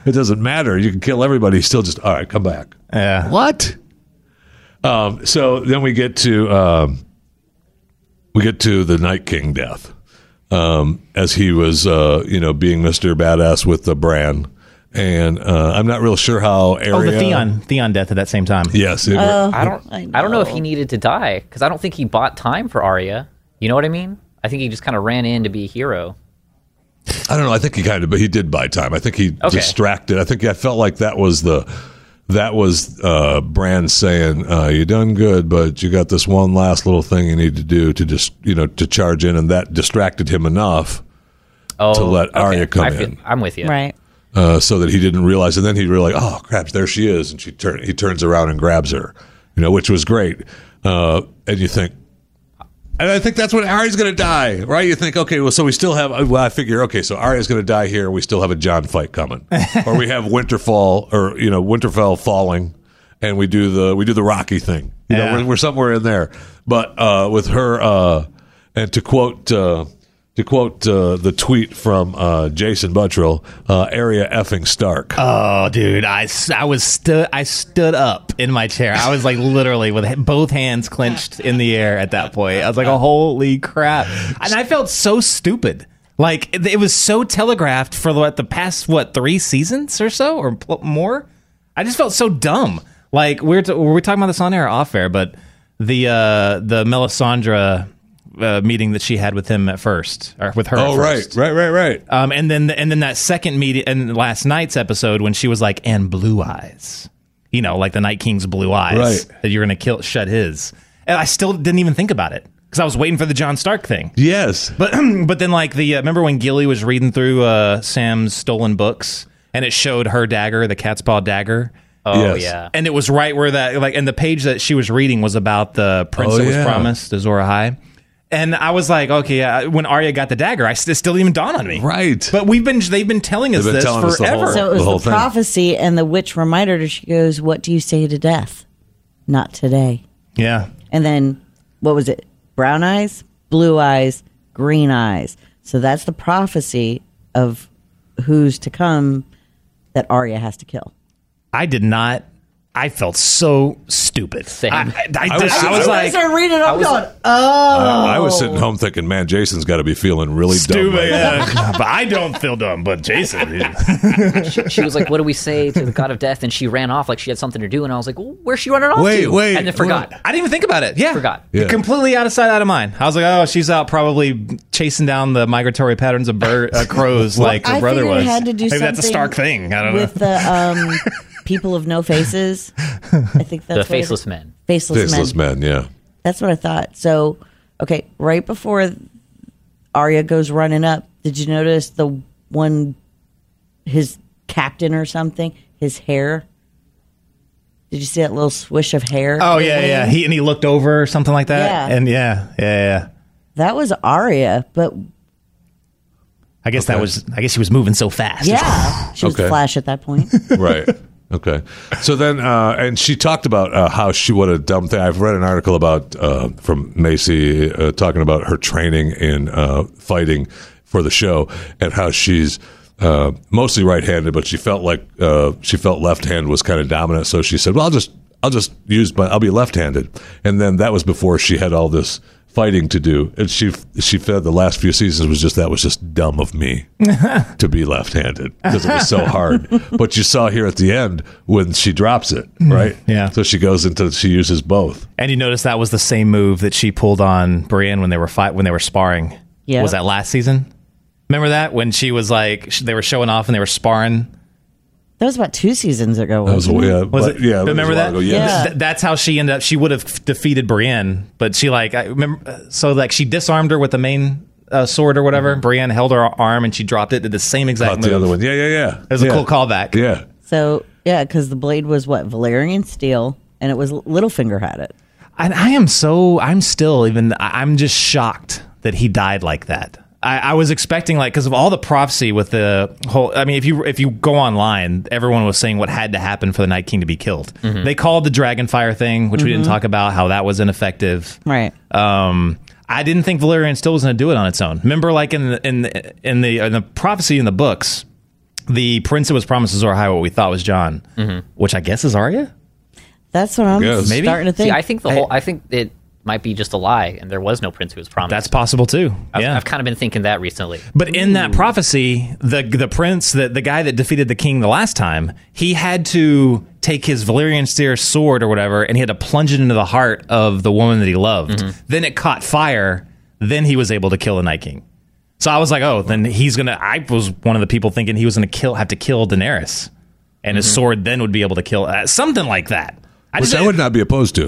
[SPEAKER 1] it doesn't matter. You can kill everybody. He's still just all right. Come back.
[SPEAKER 3] Yeah.
[SPEAKER 1] What? Um, so then we get to um, we get to the Night King death um, as he was uh, you know being Mister Badass with the brand, and uh, I'm not real sure how
[SPEAKER 3] Oh,
[SPEAKER 1] area.
[SPEAKER 3] the Theon Theon death at that same time.
[SPEAKER 1] Yes. it-
[SPEAKER 4] Oh.
[SPEAKER 2] I don't. I, don't know if he needed to die because I don't think he bought time for Arya. You know what I mean? I think he just kind of ran in to be a hero.
[SPEAKER 1] I don't know. I think he kind of, but he did buy time. I think he
[SPEAKER 2] Okay.
[SPEAKER 1] distracted. I think I felt like that was the that was uh, Brand saying, uh, "You done good, but you got this one last little thing you need to do to just you know to charge in," and that distracted him enough
[SPEAKER 2] Oh,
[SPEAKER 1] To let Arya come
[SPEAKER 2] I feel-
[SPEAKER 1] in.
[SPEAKER 2] I'm with you.
[SPEAKER 4] Right.
[SPEAKER 1] uh, so that he didn't realize. And then he realized, "Oh crap, there she is!" And she turn he turns around and grabs her, you know, which was great. Uh, and you think. And I think that's when Arya's going to die, right? You think, okay, well, so we still have. Well, I figure, okay, so Arya's going to die here. We still have a John fight coming, or we have Winterfall, or you know, Winterfell falling, and we do the we do the Rocky thing. You know,
[SPEAKER 3] Yeah.
[SPEAKER 1] we're, we're somewhere in there. But uh, with her, uh, and to quote uh, to quote uh, the tweet from uh, Jason Buttrill, uh, "Area effing Stark."
[SPEAKER 3] Oh, dude, I, s- I was stood I stood up in my chair. I was like literally with h- both hands clenched in the air at that point. I was like, holy crap! And I felt so stupid. Like it, it was so telegraphed for what the past what three seasons or so or pl- more. I just felt so dumb. Like we're t- we're talking about this on air or off air, but the uh, the Melisandre uh, meeting that she had with him at first or with her.
[SPEAKER 1] oh,
[SPEAKER 3] at
[SPEAKER 1] right,
[SPEAKER 3] first.
[SPEAKER 1] right, right, right.
[SPEAKER 3] Um, and then and then that second meeting and last night's episode when she was like, and blue eyes, you know, like the Night King's blue eyes
[SPEAKER 1] Right.
[SPEAKER 3] that you're gonna kill, shut his. And I still didn't even think about it because I was waiting for the John Stark thing.
[SPEAKER 1] Yes,
[SPEAKER 3] But but then like the uh, remember when Gilly was reading through uh, Sam's stolen books and it showed her dagger, the cat's paw dagger.
[SPEAKER 2] Oh
[SPEAKER 1] Yes.
[SPEAKER 2] yeah.
[SPEAKER 3] And it was right where that like and the page that she was reading was about the prince
[SPEAKER 1] Oh,
[SPEAKER 3] that was
[SPEAKER 1] yeah.
[SPEAKER 3] promised, Azor High. And I was like, okay, uh, when Arya got the dagger, I st- it still didn't even dawn on me.
[SPEAKER 1] Right.
[SPEAKER 3] But we've been they've been telling us
[SPEAKER 1] They've been
[SPEAKER 3] this
[SPEAKER 1] telling us the
[SPEAKER 3] forever.
[SPEAKER 1] whole-
[SPEAKER 4] So it
[SPEAKER 1] the
[SPEAKER 4] was
[SPEAKER 1] whole
[SPEAKER 4] the,
[SPEAKER 1] thing.
[SPEAKER 4] prophecy, and the witch reminded her. She goes, "What do you say to death? Not today."
[SPEAKER 3] yeah.
[SPEAKER 4] And then what was it? Brown eyes, blue eyes, green eyes. So that's the prophecy of who's to come that Arya has to kill.
[SPEAKER 3] I did not I felt so stupid.
[SPEAKER 2] Same.
[SPEAKER 3] I, I- I-
[SPEAKER 1] I was-
[SPEAKER 3] I
[SPEAKER 1] I was
[SPEAKER 3] was
[SPEAKER 4] I
[SPEAKER 3] like
[SPEAKER 4] started reading it. I'm
[SPEAKER 2] was-
[SPEAKER 4] going,
[SPEAKER 1] I was sitting home thinking, "Man, Jason's got to be feeling really dumb."
[SPEAKER 3] oh. stupid.
[SPEAKER 1] right now.
[SPEAKER 3] yeah. but I don't feel dumb, but Jason.
[SPEAKER 2] she was like, "What do we say to the God of Death?" And she ran off like she had something to do. And I was like, well, "Where's she running off
[SPEAKER 1] Wait,
[SPEAKER 2] to?"
[SPEAKER 1] wait,
[SPEAKER 2] and then forgot.
[SPEAKER 3] I didn't even think about it. Yeah.
[SPEAKER 2] Forgot.
[SPEAKER 1] Yeah.
[SPEAKER 3] Completely out of sight, out of mind. I was like, oh, she's out probably chasing down the migratory patterns of bird, uh, crows like her
[SPEAKER 4] I
[SPEAKER 3] brother
[SPEAKER 4] figured
[SPEAKER 3] was.
[SPEAKER 4] it had to do
[SPEAKER 3] Maybe
[SPEAKER 4] something
[SPEAKER 3] that's a Stark thing. I don't know.
[SPEAKER 4] with the um, people of no faces. I think that's
[SPEAKER 2] The
[SPEAKER 4] what it-
[SPEAKER 2] faceless men.
[SPEAKER 4] Faceless,
[SPEAKER 1] Faceless
[SPEAKER 4] men.
[SPEAKER 1] men, yeah.
[SPEAKER 4] That's what I thought. So, okay, right before Arya goes running up. Did you notice the one, his captain or something, his hair? Did you see that little swish of hair?
[SPEAKER 3] Oh yeah, yeah. He and he looked over or something like that.
[SPEAKER 4] Yeah.
[SPEAKER 3] And yeah, yeah, yeah.
[SPEAKER 4] That was Arya, but
[SPEAKER 3] I guess
[SPEAKER 1] Okay.
[SPEAKER 3] that was. I guess he was moving so fast.
[SPEAKER 4] yeah, she was
[SPEAKER 1] Okay.
[SPEAKER 4] the Flash at that point.
[SPEAKER 1] right. Okay. So then, uh, and she talked about uh, how she what a dumb thing. I've read an article about uh, from Macy uh, talking about her training in uh, fighting for the show and how she's. Uh, mostly right-handed, but she felt like uh, she felt left hand was kind of dominant. So she said, "Well, I'll just I'll just use my I'll be left-handed." And then that was before she had all this fighting to do. And she she fed the last few seasons was just that was just dumb of me to be left-handed because it was so hard. but you saw here at the end when she drops it, right?
[SPEAKER 3] Mm, Yeah.
[SPEAKER 1] So she goes into she uses both.
[SPEAKER 3] And you notice that was the same move that she pulled on Brienne when they were fight when they were sparring.
[SPEAKER 4] Yeah.
[SPEAKER 3] Was that last season? Remember that when she was like sh- they were showing off and they were sparring.
[SPEAKER 4] That was about two seasons ago.
[SPEAKER 1] That was
[SPEAKER 4] wasn't it?
[SPEAKER 1] yeah,
[SPEAKER 3] Mm-hmm. Was
[SPEAKER 1] but-
[SPEAKER 3] it?
[SPEAKER 1] Yeah, it was
[SPEAKER 3] remember
[SPEAKER 1] a while
[SPEAKER 3] that?
[SPEAKER 1] ago, Yeah.
[SPEAKER 4] Yeah.
[SPEAKER 3] Th- that's how she ended up. She would have f- defeated Brienne, but she like I remember. So like she disarmed her with the main uh, sword or whatever. Brienne held her arm and she dropped it. Did the same exact
[SPEAKER 1] Mm-hmm. Caught
[SPEAKER 3] move.
[SPEAKER 1] the other one. Yeah, yeah, yeah.
[SPEAKER 3] It was a cool callback.
[SPEAKER 1] Yeah.
[SPEAKER 4] So yeah, because the blade was what Valerian steel, and it was Littlefinger had it.
[SPEAKER 3] And I am so I'm still even I- I'm just shocked that he died like that. I, I was expecting like because of all the prophecy with the whole. I mean, if you if you go online, everyone was saying what had to happen for the Night King to be killed.
[SPEAKER 1] Mm-hmm.
[SPEAKER 3] They called the Dragonfire thing, which we didn't talk about, how that was ineffective.
[SPEAKER 4] Right.
[SPEAKER 3] Um, I didn't think Valerian still was going to do it on its own. Remember, like in the, in the, in the in the prophecy in the books, the prince that was promised to Zor High, what we thought was John,
[SPEAKER 2] Mm-hmm.
[SPEAKER 3] which I guess is Arya.
[SPEAKER 4] That's what I'm
[SPEAKER 1] Yes.
[SPEAKER 3] Maybe.
[SPEAKER 4] starting to think.
[SPEAKER 2] See, I think the whole. I think it might be just a lie, and there was no prince who was promised.
[SPEAKER 3] That's possible too.
[SPEAKER 2] I've,
[SPEAKER 3] yeah,
[SPEAKER 2] I've kind of been thinking that recently.
[SPEAKER 3] But in that prophecy, the the prince, the, the guy that defeated the king the last time, he had to take his Valyrian steer sword or whatever, and he had to plunge it into the heart of the woman that he loved.
[SPEAKER 1] Mm-hmm.
[SPEAKER 3] Then it caught fire. Then he was able to kill the Night King. So I was like, oh, then he's gonna. I was one of the people thinking he was gonna kill, have to kill Daenerys, and his sword then would be able to kill uh, something like that. I
[SPEAKER 1] Mm-hmm. Which I would not be opposed to.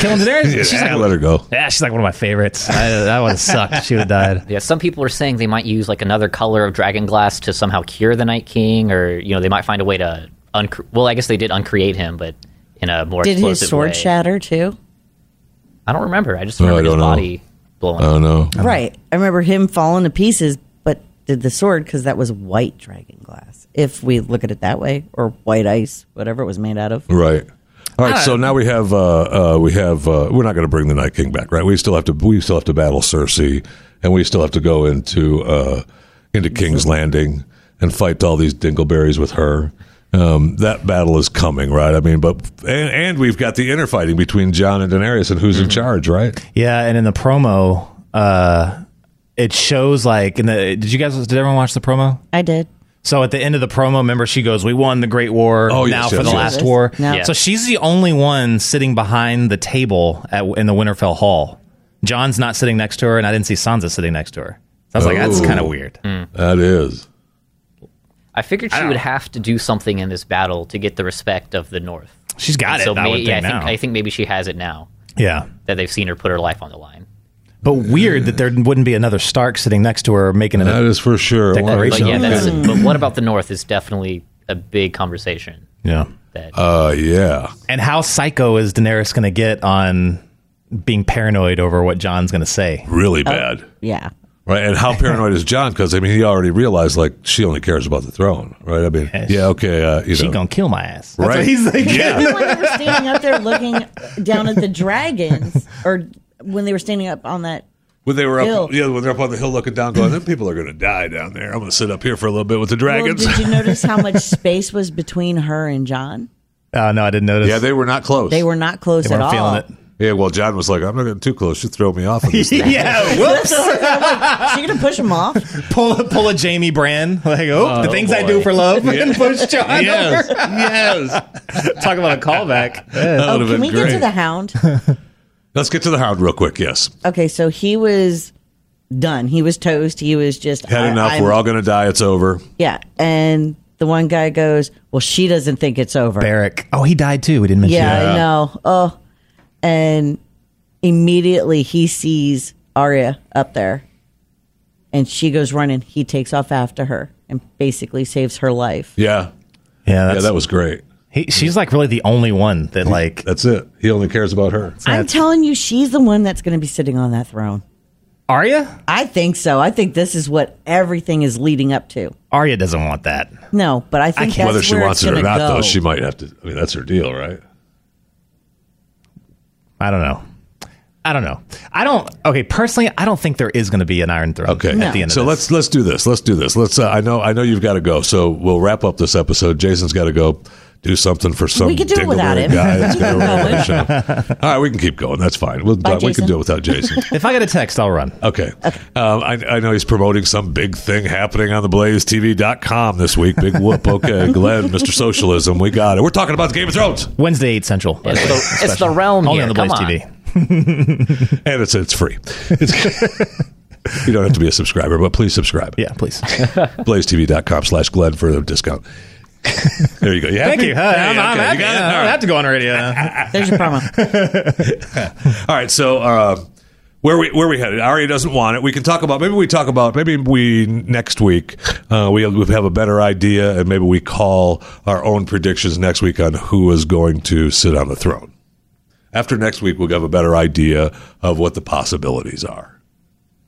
[SPEAKER 3] killing Daenerys.
[SPEAKER 1] Yeah,
[SPEAKER 3] She's like,
[SPEAKER 1] let her go.
[SPEAKER 3] yeah, she's like one of my favorites. I, that would have sucked. She would have died.
[SPEAKER 2] Yeah, some people are saying they might use like another color of dragon glass to somehow cure the Night King, or you know they might find a way to uncre- well, I guess they did uncreate him, but in a more
[SPEAKER 4] Did his
[SPEAKER 2] explosive
[SPEAKER 4] sword
[SPEAKER 2] way.
[SPEAKER 4] shatter too?
[SPEAKER 2] I don't remember. I just
[SPEAKER 1] I
[SPEAKER 2] remember his
[SPEAKER 1] don't know. Uh,
[SPEAKER 2] body blowing.
[SPEAKER 1] I
[SPEAKER 2] up.
[SPEAKER 1] don't know.
[SPEAKER 4] Right. I remember him falling to pieces, but did the sword because that was white dragon glass, if we look at it that way, or white ice, whatever it was made out of.
[SPEAKER 1] Right. All right, so now we have uh, uh, we have uh, we're not going to bring the Night King back, right? We still have to we still have to battle Cersei, and we still have to go into uh, into King's Landing and fight all these dingleberries with her. Um, that battle is coming, right? I mean, but and, and we've got the inner fighting between John and Daenerys and who's
[SPEAKER 2] Mm-hmm.
[SPEAKER 1] in charge, right?
[SPEAKER 3] Yeah, and in the promo, uh, it shows like in the. Did you guys? Did everyone watch the promo?
[SPEAKER 4] I did.
[SPEAKER 3] So at the end of the promo, remember she goes, "We won the Great War.
[SPEAKER 1] Oh, yes,
[SPEAKER 3] now
[SPEAKER 1] yes,
[SPEAKER 3] for the
[SPEAKER 1] yes.
[SPEAKER 3] last war."
[SPEAKER 4] No.
[SPEAKER 2] Yeah.
[SPEAKER 3] So she's the only one sitting behind the table at, in the Winterfell Hall. John's not sitting next to her, and I didn't see Sansa sitting next to her. So I was like, "That's
[SPEAKER 1] Oh.
[SPEAKER 3] kind of weird."
[SPEAKER 1] That is
[SPEAKER 2] I figured she would have to do something in this battle to get the respect of the North.
[SPEAKER 3] She's got it.
[SPEAKER 2] so
[SPEAKER 3] I
[SPEAKER 2] may-
[SPEAKER 3] would think
[SPEAKER 2] yeah, I
[SPEAKER 3] now.
[SPEAKER 2] think I think maybe she has it now
[SPEAKER 3] yeah,
[SPEAKER 2] that they've seen her put her life on the line.
[SPEAKER 3] but weird that there wouldn't be another Stark sitting next to her making
[SPEAKER 1] that
[SPEAKER 3] an.
[SPEAKER 1] is for sure.
[SPEAKER 2] But
[SPEAKER 3] Declaration
[SPEAKER 2] yeah,
[SPEAKER 3] Okay.
[SPEAKER 2] that's, but what about the North is definitely a big conversation.
[SPEAKER 3] Yeah.
[SPEAKER 2] That
[SPEAKER 1] Uh, yeah.
[SPEAKER 3] And how psycho is Daenerys going to get on being paranoid over what John's going to say?
[SPEAKER 1] Really
[SPEAKER 2] Oh.
[SPEAKER 1] bad.
[SPEAKER 4] Yeah.
[SPEAKER 1] Right, and how paranoid is John? Because I mean, he already realized like she only cares about the throne, right? I mean,
[SPEAKER 3] Yes.
[SPEAKER 1] yeah, okay, uh, you
[SPEAKER 3] She
[SPEAKER 1] know,
[SPEAKER 3] gonna kill my ass. That's
[SPEAKER 1] Right.
[SPEAKER 3] what he's thinking.
[SPEAKER 1] yeah,
[SPEAKER 4] When they were standing up there looking down at the dragons, or when they were standing up on that,
[SPEAKER 1] when they were up,
[SPEAKER 4] Hill.
[SPEAKER 1] yeah, when they're up on the hill looking down, going, "Them people are going to die down there. I'm going to sit up here for a little bit with the
[SPEAKER 4] well,
[SPEAKER 1] dragons."
[SPEAKER 4] did you notice how much space was between her and John?
[SPEAKER 3] Oh no, I didn't notice.
[SPEAKER 1] yeah, they were not close.
[SPEAKER 4] They were not close
[SPEAKER 3] They
[SPEAKER 4] at
[SPEAKER 3] weren't
[SPEAKER 4] all.
[SPEAKER 3] feeling
[SPEAKER 1] Yeah, well, John was like, "I'm not getting too close. She'd throw me off." On this thing.
[SPEAKER 3] it. yeah, whoops.
[SPEAKER 4] She gonna push him off.
[SPEAKER 3] pull a pull a Jamie Brand. Like, oh, the things I
[SPEAKER 2] boy.
[SPEAKER 3] do for love. And push John
[SPEAKER 1] yes,
[SPEAKER 3] over.
[SPEAKER 1] yes.
[SPEAKER 3] Talk about a callback. Yeah.
[SPEAKER 1] That
[SPEAKER 4] Oh,
[SPEAKER 1] would have
[SPEAKER 4] can
[SPEAKER 1] been
[SPEAKER 4] we
[SPEAKER 1] great.
[SPEAKER 4] get to the hound?
[SPEAKER 1] Let's get to the hound real quick. Yes,
[SPEAKER 4] Okay, so he was done. He was toast. He was just
[SPEAKER 1] had
[SPEAKER 4] I-
[SPEAKER 1] enough.
[SPEAKER 4] I'm-
[SPEAKER 1] we're all going to die. It's over.
[SPEAKER 4] Yeah, and the one guy goes, "Well, she doesn't think it's over."
[SPEAKER 3] Barrick. Oh, he died too. We didn't mention.
[SPEAKER 4] Yeah,
[SPEAKER 3] that.
[SPEAKER 4] I know. Oh, and immediately he sees Arya up there, and she goes running. He takes off after her and basically saves her life.
[SPEAKER 1] Yeah.
[SPEAKER 3] Yeah,
[SPEAKER 1] Yeah,
[SPEAKER 3] that's,
[SPEAKER 1] that was great.
[SPEAKER 3] he, she's like really the only one that like
[SPEAKER 1] That's it. He uh, only cares about her.
[SPEAKER 4] I'm telling you, she's the one that's going to be sitting on that throne.
[SPEAKER 3] Arya.
[SPEAKER 4] I think so. I think this is what everything is leading up to.
[SPEAKER 3] Arya doesn't want that.
[SPEAKER 4] No, but I think
[SPEAKER 3] can't-
[SPEAKER 4] that's
[SPEAKER 1] Whether she
[SPEAKER 4] where
[SPEAKER 1] wants
[SPEAKER 4] it's
[SPEAKER 1] it or not,
[SPEAKER 4] gonna go.
[SPEAKER 1] though, she might have to. I mean, that's her deal, right?
[SPEAKER 3] I don't know. I don't know. I don't. Okay, personally, I don't think there is going to be an Iron Throne.
[SPEAKER 1] Okay.
[SPEAKER 3] At
[SPEAKER 4] No.
[SPEAKER 3] the end.
[SPEAKER 1] So
[SPEAKER 3] of
[SPEAKER 1] let's let's do this. Let's do this. Let's. Uh, I know. I know you've got to go. So we'll wrap up this episode. Jason's got to go do something for some.
[SPEAKER 4] We could do it without
[SPEAKER 1] dingleberry
[SPEAKER 4] him.
[SPEAKER 1] Guy that's gonna run the show. All right, we can keep going. That's fine. We'll,
[SPEAKER 4] Bye,
[SPEAKER 1] we can
[SPEAKER 4] Jason.
[SPEAKER 1] do it without Jason.
[SPEAKER 3] This. If I get a text, I'll run.
[SPEAKER 1] Okay. Um, I, I know he's promoting some big thing happening on the blazetv.com this week. Big whoop. Okay, Glenn, Mr. Socialism, we got it. We're talking about Game of Thrones.
[SPEAKER 3] Wednesday eight Central. by
[SPEAKER 2] It's
[SPEAKER 3] the way.
[SPEAKER 2] the, it's the realm
[SPEAKER 3] Only
[SPEAKER 2] here.
[SPEAKER 3] on the
[SPEAKER 2] Come
[SPEAKER 3] Blaze
[SPEAKER 2] on.
[SPEAKER 3] TV.
[SPEAKER 1] And it's it's free. It's, you don't have to be a subscriber, but please subscribe.
[SPEAKER 3] Yeah, please.
[SPEAKER 1] blazetv.com slash Glenn for a discount. There you go. You
[SPEAKER 3] Thank you. Hey, I'm, I'm
[SPEAKER 1] okay,
[SPEAKER 3] happy.
[SPEAKER 1] you got it?
[SPEAKER 3] I
[SPEAKER 1] All
[SPEAKER 3] don't
[SPEAKER 1] right.
[SPEAKER 3] have to go on radio.
[SPEAKER 4] There's your promo.
[SPEAKER 1] All right, so uh, where we where we headed? Aria doesn't want it. We can talk about maybe we talk about maybe we next week uh, we we have a better idea, and maybe we call our own predictions next week on who is going to sit on the throne. After next week, we'll have a better idea of what the possibilities are.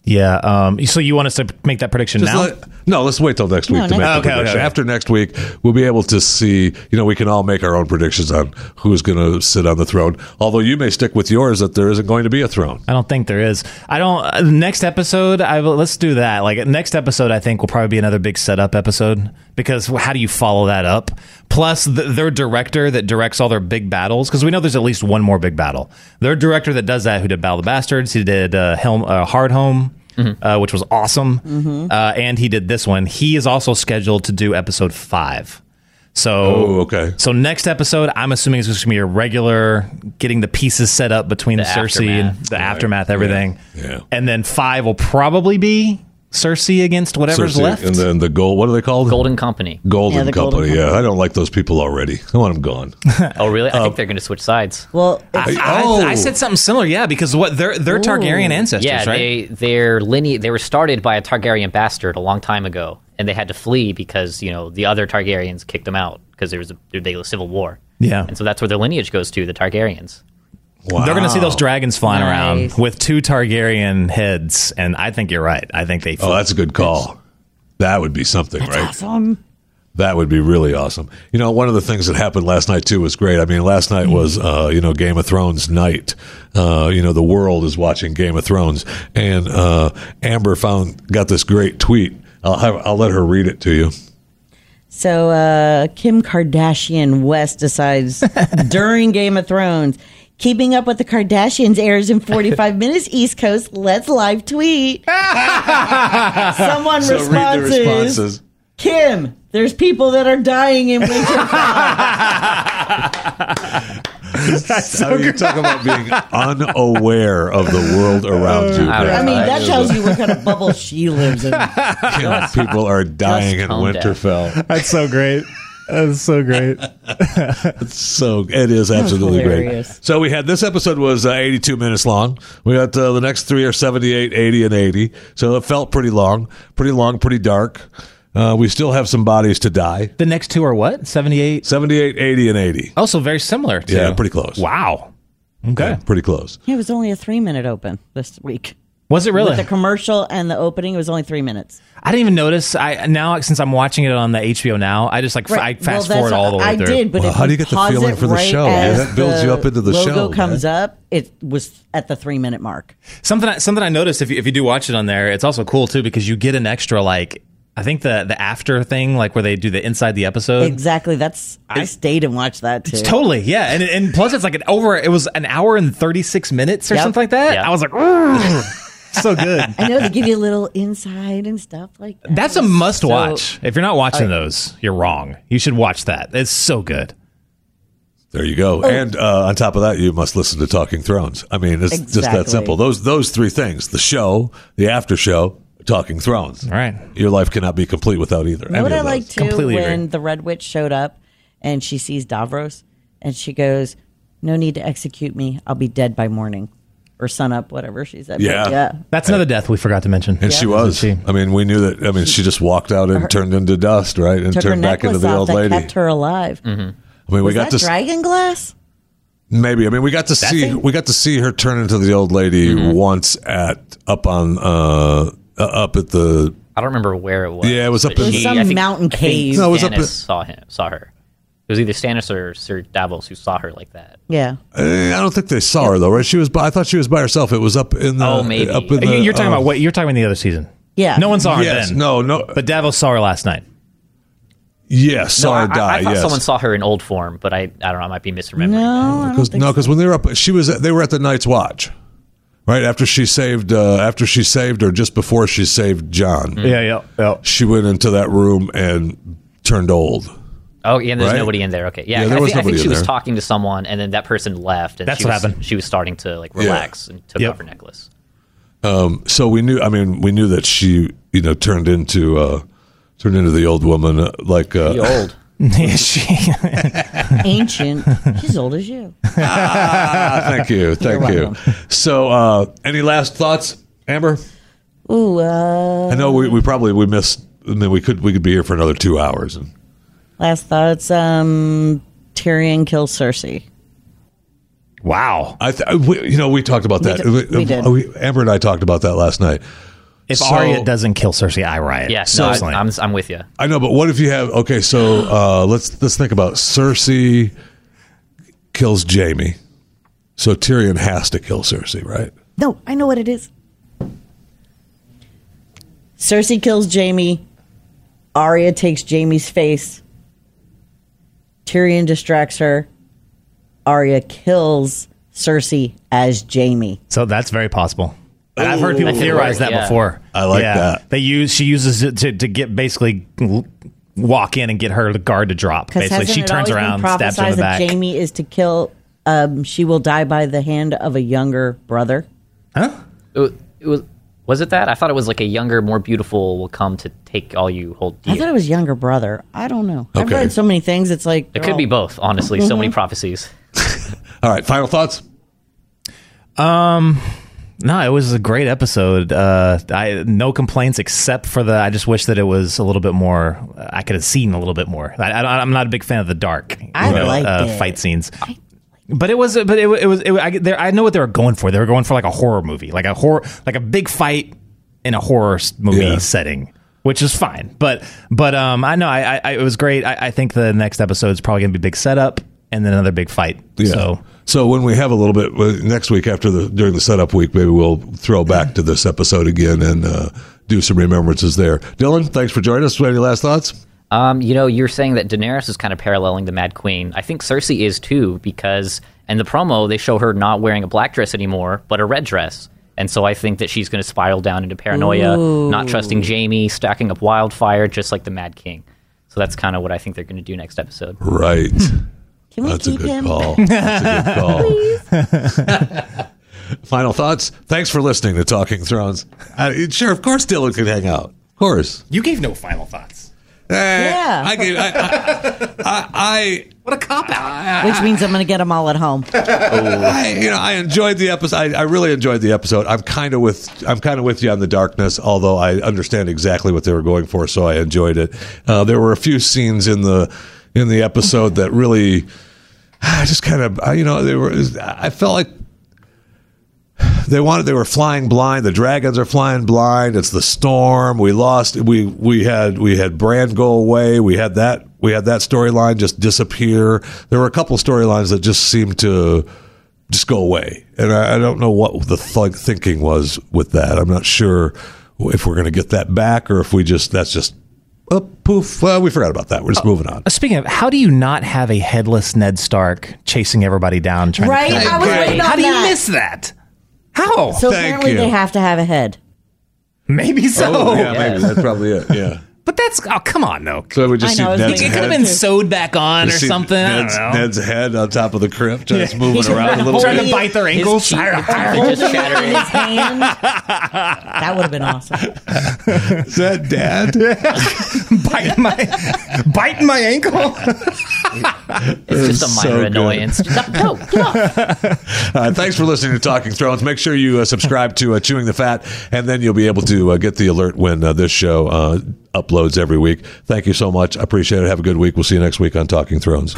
[SPEAKER 3] yeah. Um. So you want us to make that prediction
[SPEAKER 1] Just
[SPEAKER 3] now?
[SPEAKER 1] let- no, let's wait till next week
[SPEAKER 4] No,
[SPEAKER 1] to make
[SPEAKER 3] next-
[SPEAKER 1] the
[SPEAKER 3] Okay, okay,
[SPEAKER 1] prediction.
[SPEAKER 3] okay.
[SPEAKER 1] After next week, we'll be able to see. You know, we can all make our own predictions on who's going to sit on the throne. Although you may stick with yours that there isn't going to be a throne.
[SPEAKER 3] I don't think there is. I don't. Uh, next episode, I will- let's do that. Like next episode, I think will probably be another big setup episode because how do you follow that up? Plus, th their director that directs all their big battles because we know there's at least one more big battle. Their director that does that, who did Battle of the Bastards, he did uh, Helm, uh, Hard Home. Uh, which was awesome, uh, and he did this one. He is also scheduled to do episode five. So,
[SPEAKER 1] Oh, okay.
[SPEAKER 3] So next episode, I'm assuming it's just gonna be a regular getting the pieces set up between
[SPEAKER 2] The
[SPEAKER 3] Cersei and
[SPEAKER 2] aftermath.
[SPEAKER 3] the aftermath, everything.
[SPEAKER 1] Yeah.
[SPEAKER 3] And then five will probably be Cersei against whatever's
[SPEAKER 1] Cersei
[SPEAKER 3] left.
[SPEAKER 1] And then the gold. What are they called?
[SPEAKER 2] Golden Company.
[SPEAKER 1] Golden
[SPEAKER 4] Yeah, the
[SPEAKER 1] Company.
[SPEAKER 4] Golden
[SPEAKER 1] Yeah,
[SPEAKER 4] Company.
[SPEAKER 1] I don't like those people already. I want them gone.
[SPEAKER 2] Oh, really? I think they're going to switch sides.
[SPEAKER 4] Well,
[SPEAKER 3] I,
[SPEAKER 4] it's,
[SPEAKER 3] I-
[SPEAKER 1] Oh.
[SPEAKER 3] I said something similar, yeah, because what they're they're Targaryen ancestors,
[SPEAKER 2] Yeah,
[SPEAKER 3] right?
[SPEAKER 2] they their lineage they were started by a Targaryen bastard a long time ago, and they had to flee because you know the other Targaryens kicked them out because there was a big civil war.
[SPEAKER 3] Yeah.
[SPEAKER 2] and so that's where their lineage goes to the Targaryens.
[SPEAKER 1] Wow.
[SPEAKER 3] They're going to see those dragons flying
[SPEAKER 4] Nice.
[SPEAKER 3] around with two Targaryen heads, and I think you're right. I think they.
[SPEAKER 1] Oh, that's a good call. That would be something, right?
[SPEAKER 4] awesome.
[SPEAKER 1] That would be really awesome. You know, one of the things that happened last night too was great. I mean, last night was uh, you know Game of Thrones night. Uh, you know, the world is watching Game of Thrones, and uh, Amber found got this great tweet. I'll have, I'll let her read it to you.
[SPEAKER 4] So uh, Kim Kardashian West decides during Game of Thrones, keeping up with the Kardashians airs in 45 minutes East Coast. Let's live tweet. Someone responds is, Kim, there's people that are dying in winter.
[SPEAKER 1] I mean, you talk about being unaware of the world around you.
[SPEAKER 2] I
[SPEAKER 1] man.
[SPEAKER 4] I mean, that
[SPEAKER 1] is
[SPEAKER 4] tells you what kind of bubble she lives in.
[SPEAKER 1] Yeah, people are dying in
[SPEAKER 2] calm down.
[SPEAKER 1] Winterfell.
[SPEAKER 3] that's so great. That's so great.
[SPEAKER 1] So it is absolutely great.
[SPEAKER 4] hilarious.
[SPEAKER 1] So we had this episode was uh, 82 minutes long. We got uh, the next three are 78, 80, and 80. So it felt pretty long, pretty long, pretty dark. Uh, we still have some bodies to die.
[SPEAKER 3] The next two are what? Seventy-eight.
[SPEAKER 1] 78, 80, and 80.
[SPEAKER 3] Also very similar. To,
[SPEAKER 1] Yeah, pretty close.
[SPEAKER 3] Wow. Okay.
[SPEAKER 1] Pretty close.
[SPEAKER 4] It was only a three minute open this week.
[SPEAKER 3] Was it
[SPEAKER 4] With
[SPEAKER 3] really?
[SPEAKER 4] the commercial and the opening, it was only three minutes.
[SPEAKER 3] I didn't even notice. I now since I'm watching it on the HBO now, I just like f I
[SPEAKER 4] Right.
[SPEAKER 3] I fast
[SPEAKER 4] Well, that's
[SPEAKER 3] forward all the way
[SPEAKER 4] what I
[SPEAKER 3] through.
[SPEAKER 4] did, but
[SPEAKER 1] Well,
[SPEAKER 4] if
[SPEAKER 1] how do you get the
[SPEAKER 4] pause
[SPEAKER 1] feeling
[SPEAKER 4] it
[SPEAKER 1] for the
[SPEAKER 4] right
[SPEAKER 1] show? Yeah,
[SPEAKER 4] as
[SPEAKER 1] that builds you up into the
[SPEAKER 4] logo
[SPEAKER 1] show,
[SPEAKER 4] comes up. It was at the three minute mark.
[SPEAKER 3] Something something I noticed if you, if you do watch it on there, it's also cool too because you get an extra like I think the the after thing like where they do the inside the episode.
[SPEAKER 4] Exactly. That's I, stayed and watched that too.
[SPEAKER 3] It's Totally, yeah, and and plus it's like an over. It was an hour and thirty six minutes or
[SPEAKER 4] Yep.
[SPEAKER 3] something like that.
[SPEAKER 2] Yep.
[SPEAKER 3] I was like, "Ooh, so good.
[SPEAKER 4] I know they give you a little inside and stuff like that.
[SPEAKER 3] That's a must watch. If you're not watching those, you're wrong. You should watch that. It's so good.
[SPEAKER 1] There you
[SPEAKER 4] Oh.
[SPEAKER 1] go. And uh, on top of that, you must listen to Talking Thrones. I mean, it's just that
[SPEAKER 4] Exactly.
[SPEAKER 1] simple. Those those three things: the show, the after show, Talking Thrones.
[SPEAKER 3] All right.
[SPEAKER 1] Your life cannot be complete without either.
[SPEAKER 4] You know
[SPEAKER 1] any
[SPEAKER 4] what
[SPEAKER 1] of
[SPEAKER 4] I
[SPEAKER 1] those.
[SPEAKER 4] like too
[SPEAKER 3] Completely
[SPEAKER 4] when
[SPEAKER 3] agree.
[SPEAKER 4] the Red Witch showed up and she sees Davros and she goes, "No need to execute me. I'll be dead by morning." or sun up, whatever she said. But
[SPEAKER 1] Yeah.
[SPEAKER 4] yeah.
[SPEAKER 3] That's another death we forgot to mention.
[SPEAKER 1] And she was. I mean, we knew that. I mean, she just walked out and turned into dust, right? And
[SPEAKER 4] Took her
[SPEAKER 1] turned back into
[SPEAKER 4] necklace
[SPEAKER 1] the
[SPEAKER 4] off
[SPEAKER 1] old
[SPEAKER 4] that
[SPEAKER 1] lady.
[SPEAKER 4] kept her alive.
[SPEAKER 1] I mean, we
[SPEAKER 4] Was
[SPEAKER 1] got
[SPEAKER 4] that
[SPEAKER 1] to s-
[SPEAKER 4] dragon glass?
[SPEAKER 1] maybe. I mean, we got to see
[SPEAKER 4] thing?
[SPEAKER 1] we got to see her turn into the old lady
[SPEAKER 2] Mm-hmm.
[SPEAKER 1] once at up on uh uh, up at the
[SPEAKER 2] I don't remember where it was.
[SPEAKER 1] Yeah, it was up
[SPEAKER 2] but
[SPEAKER 1] in-
[SPEAKER 2] she-
[SPEAKER 4] Some
[SPEAKER 2] I think-
[SPEAKER 4] mountain
[SPEAKER 2] I think
[SPEAKER 4] cave.
[SPEAKER 1] No, it was up
[SPEAKER 2] Stannis
[SPEAKER 1] in-
[SPEAKER 2] saw him, saw her. It was either Stannis or Sir Davos who saw her like that.
[SPEAKER 4] Yeah.
[SPEAKER 1] Eh, I don't think they saw her though, right? She was. By, I thought she was by herself. It was up in the.
[SPEAKER 2] Oh, maybe.
[SPEAKER 1] Uh, Up in
[SPEAKER 2] You-
[SPEAKER 1] the,
[SPEAKER 3] You're talking
[SPEAKER 1] uh,
[SPEAKER 3] about what? You're talking about the other season.
[SPEAKER 4] Yeah.
[SPEAKER 3] No one saw her
[SPEAKER 1] Yes.
[SPEAKER 3] then.
[SPEAKER 1] No. No. But
[SPEAKER 3] But Davos saw her last night.
[SPEAKER 1] yes. Saw
[SPEAKER 2] I,
[SPEAKER 1] her
[SPEAKER 2] I- I
[SPEAKER 1] die.
[SPEAKER 2] thought
[SPEAKER 1] yes.
[SPEAKER 2] someone saw her in old form, but I, I don't know. I might be misremembering.
[SPEAKER 4] No, I don't
[SPEAKER 1] Cause,
[SPEAKER 4] think
[SPEAKER 1] no,
[SPEAKER 4] so.
[SPEAKER 1] because when they were up, she was. At, they were at the Night's Watch, right after she saved. Uh, after she saved, or just before she saved John,
[SPEAKER 2] Mm-hmm.
[SPEAKER 3] Yeah, yeah, yeah.
[SPEAKER 1] she went into that room and turned old.
[SPEAKER 2] Oh yeah, there's
[SPEAKER 1] Right?
[SPEAKER 2] nobody in there. Okay, yeah,
[SPEAKER 1] Yeah, there
[SPEAKER 2] I,
[SPEAKER 1] was
[SPEAKER 2] thi- I
[SPEAKER 1] nobody
[SPEAKER 2] think she
[SPEAKER 1] in
[SPEAKER 2] was
[SPEAKER 1] there.
[SPEAKER 2] talking to someone, and then that person left. And
[SPEAKER 3] That's
[SPEAKER 2] she
[SPEAKER 3] what
[SPEAKER 2] was,
[SPEAKER 3] happened.
[SPEAKER 2] She was starting to like relax and took
[SPEAKER 3] Yep.
[SPEAKER 2] off her necklace.
[SPEAKER 1] So we knew. I mean, we knew that she, you know, turned into uh, turned into the old woman, uh, like uh,
[SPEAKER 2] Be old.
[SPEAKER 3] Yeah, she-
[SPEAKER 4] Ancient. She's old as you.
[SPEAKER 1] ah, thank you, thank you.
[SPEAKER 4] welcome.
[SPEAKER 1] So, uh, any last thoughts, Amber?
[SPEAKER 4] Ooh, uh,
[SPEAKER 1] I know we, we probably we missed. I mean, we could we could be here for another two hours. And
[SPEAKER 4] last thoughts. Um, Tyrion kills Cersei.
[SPEAKER 3] wow.
[SPEAKER 1] I, th- we, you know, we talked about that.
[SPEAKER 4] did- we did.
[SPEAKER 1] Amber and I talked about that last night.
[SPEAKER 3] If
[SPEAKER 1] So-
[SPEAKER 3] Arya doesn't kill Cersei, I riot.
[SPEAKER 2] Yeah,
[SPEAKER 3] So-
[SPEAKER 2] no, I, I'm I'm with you.
[SPEAKER 1] I know, but what if you have? Okay, so uh, let's let's think about Cersei kills Jamie, so Tyrion has to kill Cersei, right?
[SPEAKER 4] No, I know what it is. Cersei kills Jamie. Arya takes Jamie's face. Tyrion distracts her. Arya kills Cersei as Jamie.
[SPEAKER 3] so that's very possible. And I've heard people
[SPEAKER 2] That could
[SPEAKER 3] theorize
[SPEAKER 2] work,
[SPEAKER 3] that
[SPEAKER 2] yeah.
[SPEAKER 3] before.
[SPEAKER 1] I like
[SPEAKER 3] Yeah.
[SPEAKER 1] that.
[SPEAKER 3] They use she uses it to, to get basically l- walk in and get her guard to drop. Basically,
[SPEAKER 4] hasn't
[SPEAKER 3] she
[SPEAKER 4] it
[SPEAKER 3] turns
[SPEAKER 4] always been
[SPEAKER 3] around, stabs her in
[SPEAKER 4] prophesized
[SPEAKER 3] the back.
[SPEAKER 4] That Jamie is to kill. Um, she will die by the hand of a younger brother.
[SPEAKER 2] It was, it was was it that? I thought it was like a younger, more beautiful will come to take all you hold dear.
[SPEAKER 4] I thought it was younger brother. I don't know. I've
[SPEAKER 1] Okay.
[SPEAKER 4] read so many things. It's like
[SPEAKER 2] it could be both. Honestly, so many prophecies.
[SPEAKER 1] All right, final thoughts.
[SPEAKER 3] No, it was a great episode. Uh, I no complaints except for the. I just wish that it was a little bit more. I could have seen a little bit more. I, I, I'm not a big fan of the dark.
[SPEAKER 4] I
[SPEAKER 3] you know,
[SPEAKER 4] liked
[SPEAKER 3] uh,
[SPEAKER 4] it.
[SPEAKER 3] fight scenes. But it was, but it, wa- it was. It, wa- I, there, I know what they were going for. They were going for like a horror movie, like a horror, like a big fight in a horror s- movie
[SPEAKER 1] Yeah.
[SPEAKER 3] setting, which is fine. But, but um, I know I, I, I it was great. I, I think the next episode is probably going to be big setup and then another big fight. So
[SPEAKER 1] So when we have a little bit well, next week after the during the setup week, maybe we'll throw back to this episode again and uh, do some remembrances there. Dylan, thanks for joining us. Any last thoughts?
[SPEAKER 2] Um, you know, you're saying that Daenerys is kind of paralleling the Mad Queen. I think Cersei is too, because in the promo they show her not wearing a black dress anymore, but a red dress. And so I think that she's going to spiral down into paranoia, not trusting Jamie, stacking up wildfire, just like the Mad King. So that's kind of what I think they're going to do next episode.
[SPEAKER 1] Right.
[SPEAKER 4] Can we
[SPEAKER 1] That's a
[SPEAKER 4] keep
[SPEAKER 1] good
[SPEAKER 4] him?
[SPEAKER 1] call. That's a good call. Final thoughts. Thanks for listening to Talking Thrones. Uh, sure, of course, Dylan could hang out. Of course.
[SPEAKER 3] you gave no final thoughts.
[SPEAKER 1] Eh,
[SPEAKER 4] Yeah.
[SPEAKER 1] I, gave- I, I, I,
[SPEAKER 3] What a cop out.
[SPEAKER 4] Which means I'm going to get them all at home.
[SPEAKER 1] I, you know, I enjoyed the episode. I, I really enjoyed the episode. I'm kind of with I'm kind of with you on the darkness, although I understand exactly what they were going for, so I enjoyed it. Uh, there were a few scenes in the in the episode that really, I just kind of, I- you know, they were. I felt like they wanted they were flying blind the dragons are flying blind it's the storm we lost we we had we had brand go away we had that we had that storyline just disappear there were a couple storylines that just seemed to just go away and i, I don't know what the thug thinking was with that i'm not sure if we're going to get that back or if we just that's just oh, poof well, we forgot about that
[SPEAKER 4] Oh.
[SPEAKER 1] we're just moving on
[SPEAKER 3] Uh, Speaking of, how do you not have a headless Ned Stark chasing everybody down? Trying
[SPEAKER 4] Right?
[SPEAKER 3] To kill
[SPEAKER 4] I was
[SPEAKER 3] everybody?
[SPEAKER 4] waiting
[SPEAKER 3] How
[SPEAKER 4] on
[SPEAKER 3] do you
[SPEAKER 4] that.
[SPEAKER 3] miss that? How?
[SPEAKER 4] So
[SPEAKER 1] Thank
[SPEAKER 4] apparently
[SPEAKER 1] you.
[SPEAKER 4] they have to have a head.
[SPEAKER 3] maybe so.
[SPEAKER 1] Oh,
[SPEAKER 4] Oh,
[SPEAKER 1] yeah, maybe that's probably it yeah
[SPEAKER 3] But that's oh come on though.
[SPEAKER 1] so we just
[SPEAKER 4] I know, I
[SPEAKER 1] see
[SPEAKER 4] was
[SPEAKER 1] Ned's
[SPEAKER 3] It could
[SPEAKER 4] thinking-
[SPEAKER 1] head.
[SPEAKER 3] have been sewed back on or
[SPEAKER 1] See
[SPEAKER 3] something.
[SPEAKER 1] Ned's,
[SPEAKER 3] I don't know.
[SPEAKER 1] Ned's head on top of the crypt, just moving around a little
[SPEAKER 3] trying
[SPEAKER 1] bit.
[SPEAKER 3] to bite their
[SPEAKER 2] His
[SPEAKER 3] ankles.
[SPEAKER 2] teeth-
[SPEAKER 3] I don't- I
[SPEAKER 2] They just shatter
[SPEAKER 4] In
[SPEAKER 2] it.
[SPEAKER 4] his hand. That would have been awesome.
[SPEAKER 1] Is that dad?
[SPEAKER 3] don't- biting my biting my ankle.
[SPEAKER 2] It's just a
[SPEAKER 1] so
[SPEAKER 2] minor
[SPEAKER 1] good.
[SPEAKER 2] annoyance. Just, no, no, get off.
[SPEAKER 1] Uh, thanks for listening to Talking Thrones. Make sure you uh, subscribe to uh, Chewing the Fat, and then you'll be able to uh, get the alert when uh, this show uh, uploads every week. Thank you so much. I appreciate it. Have a good week. We'll see you next week on Talking Thrones.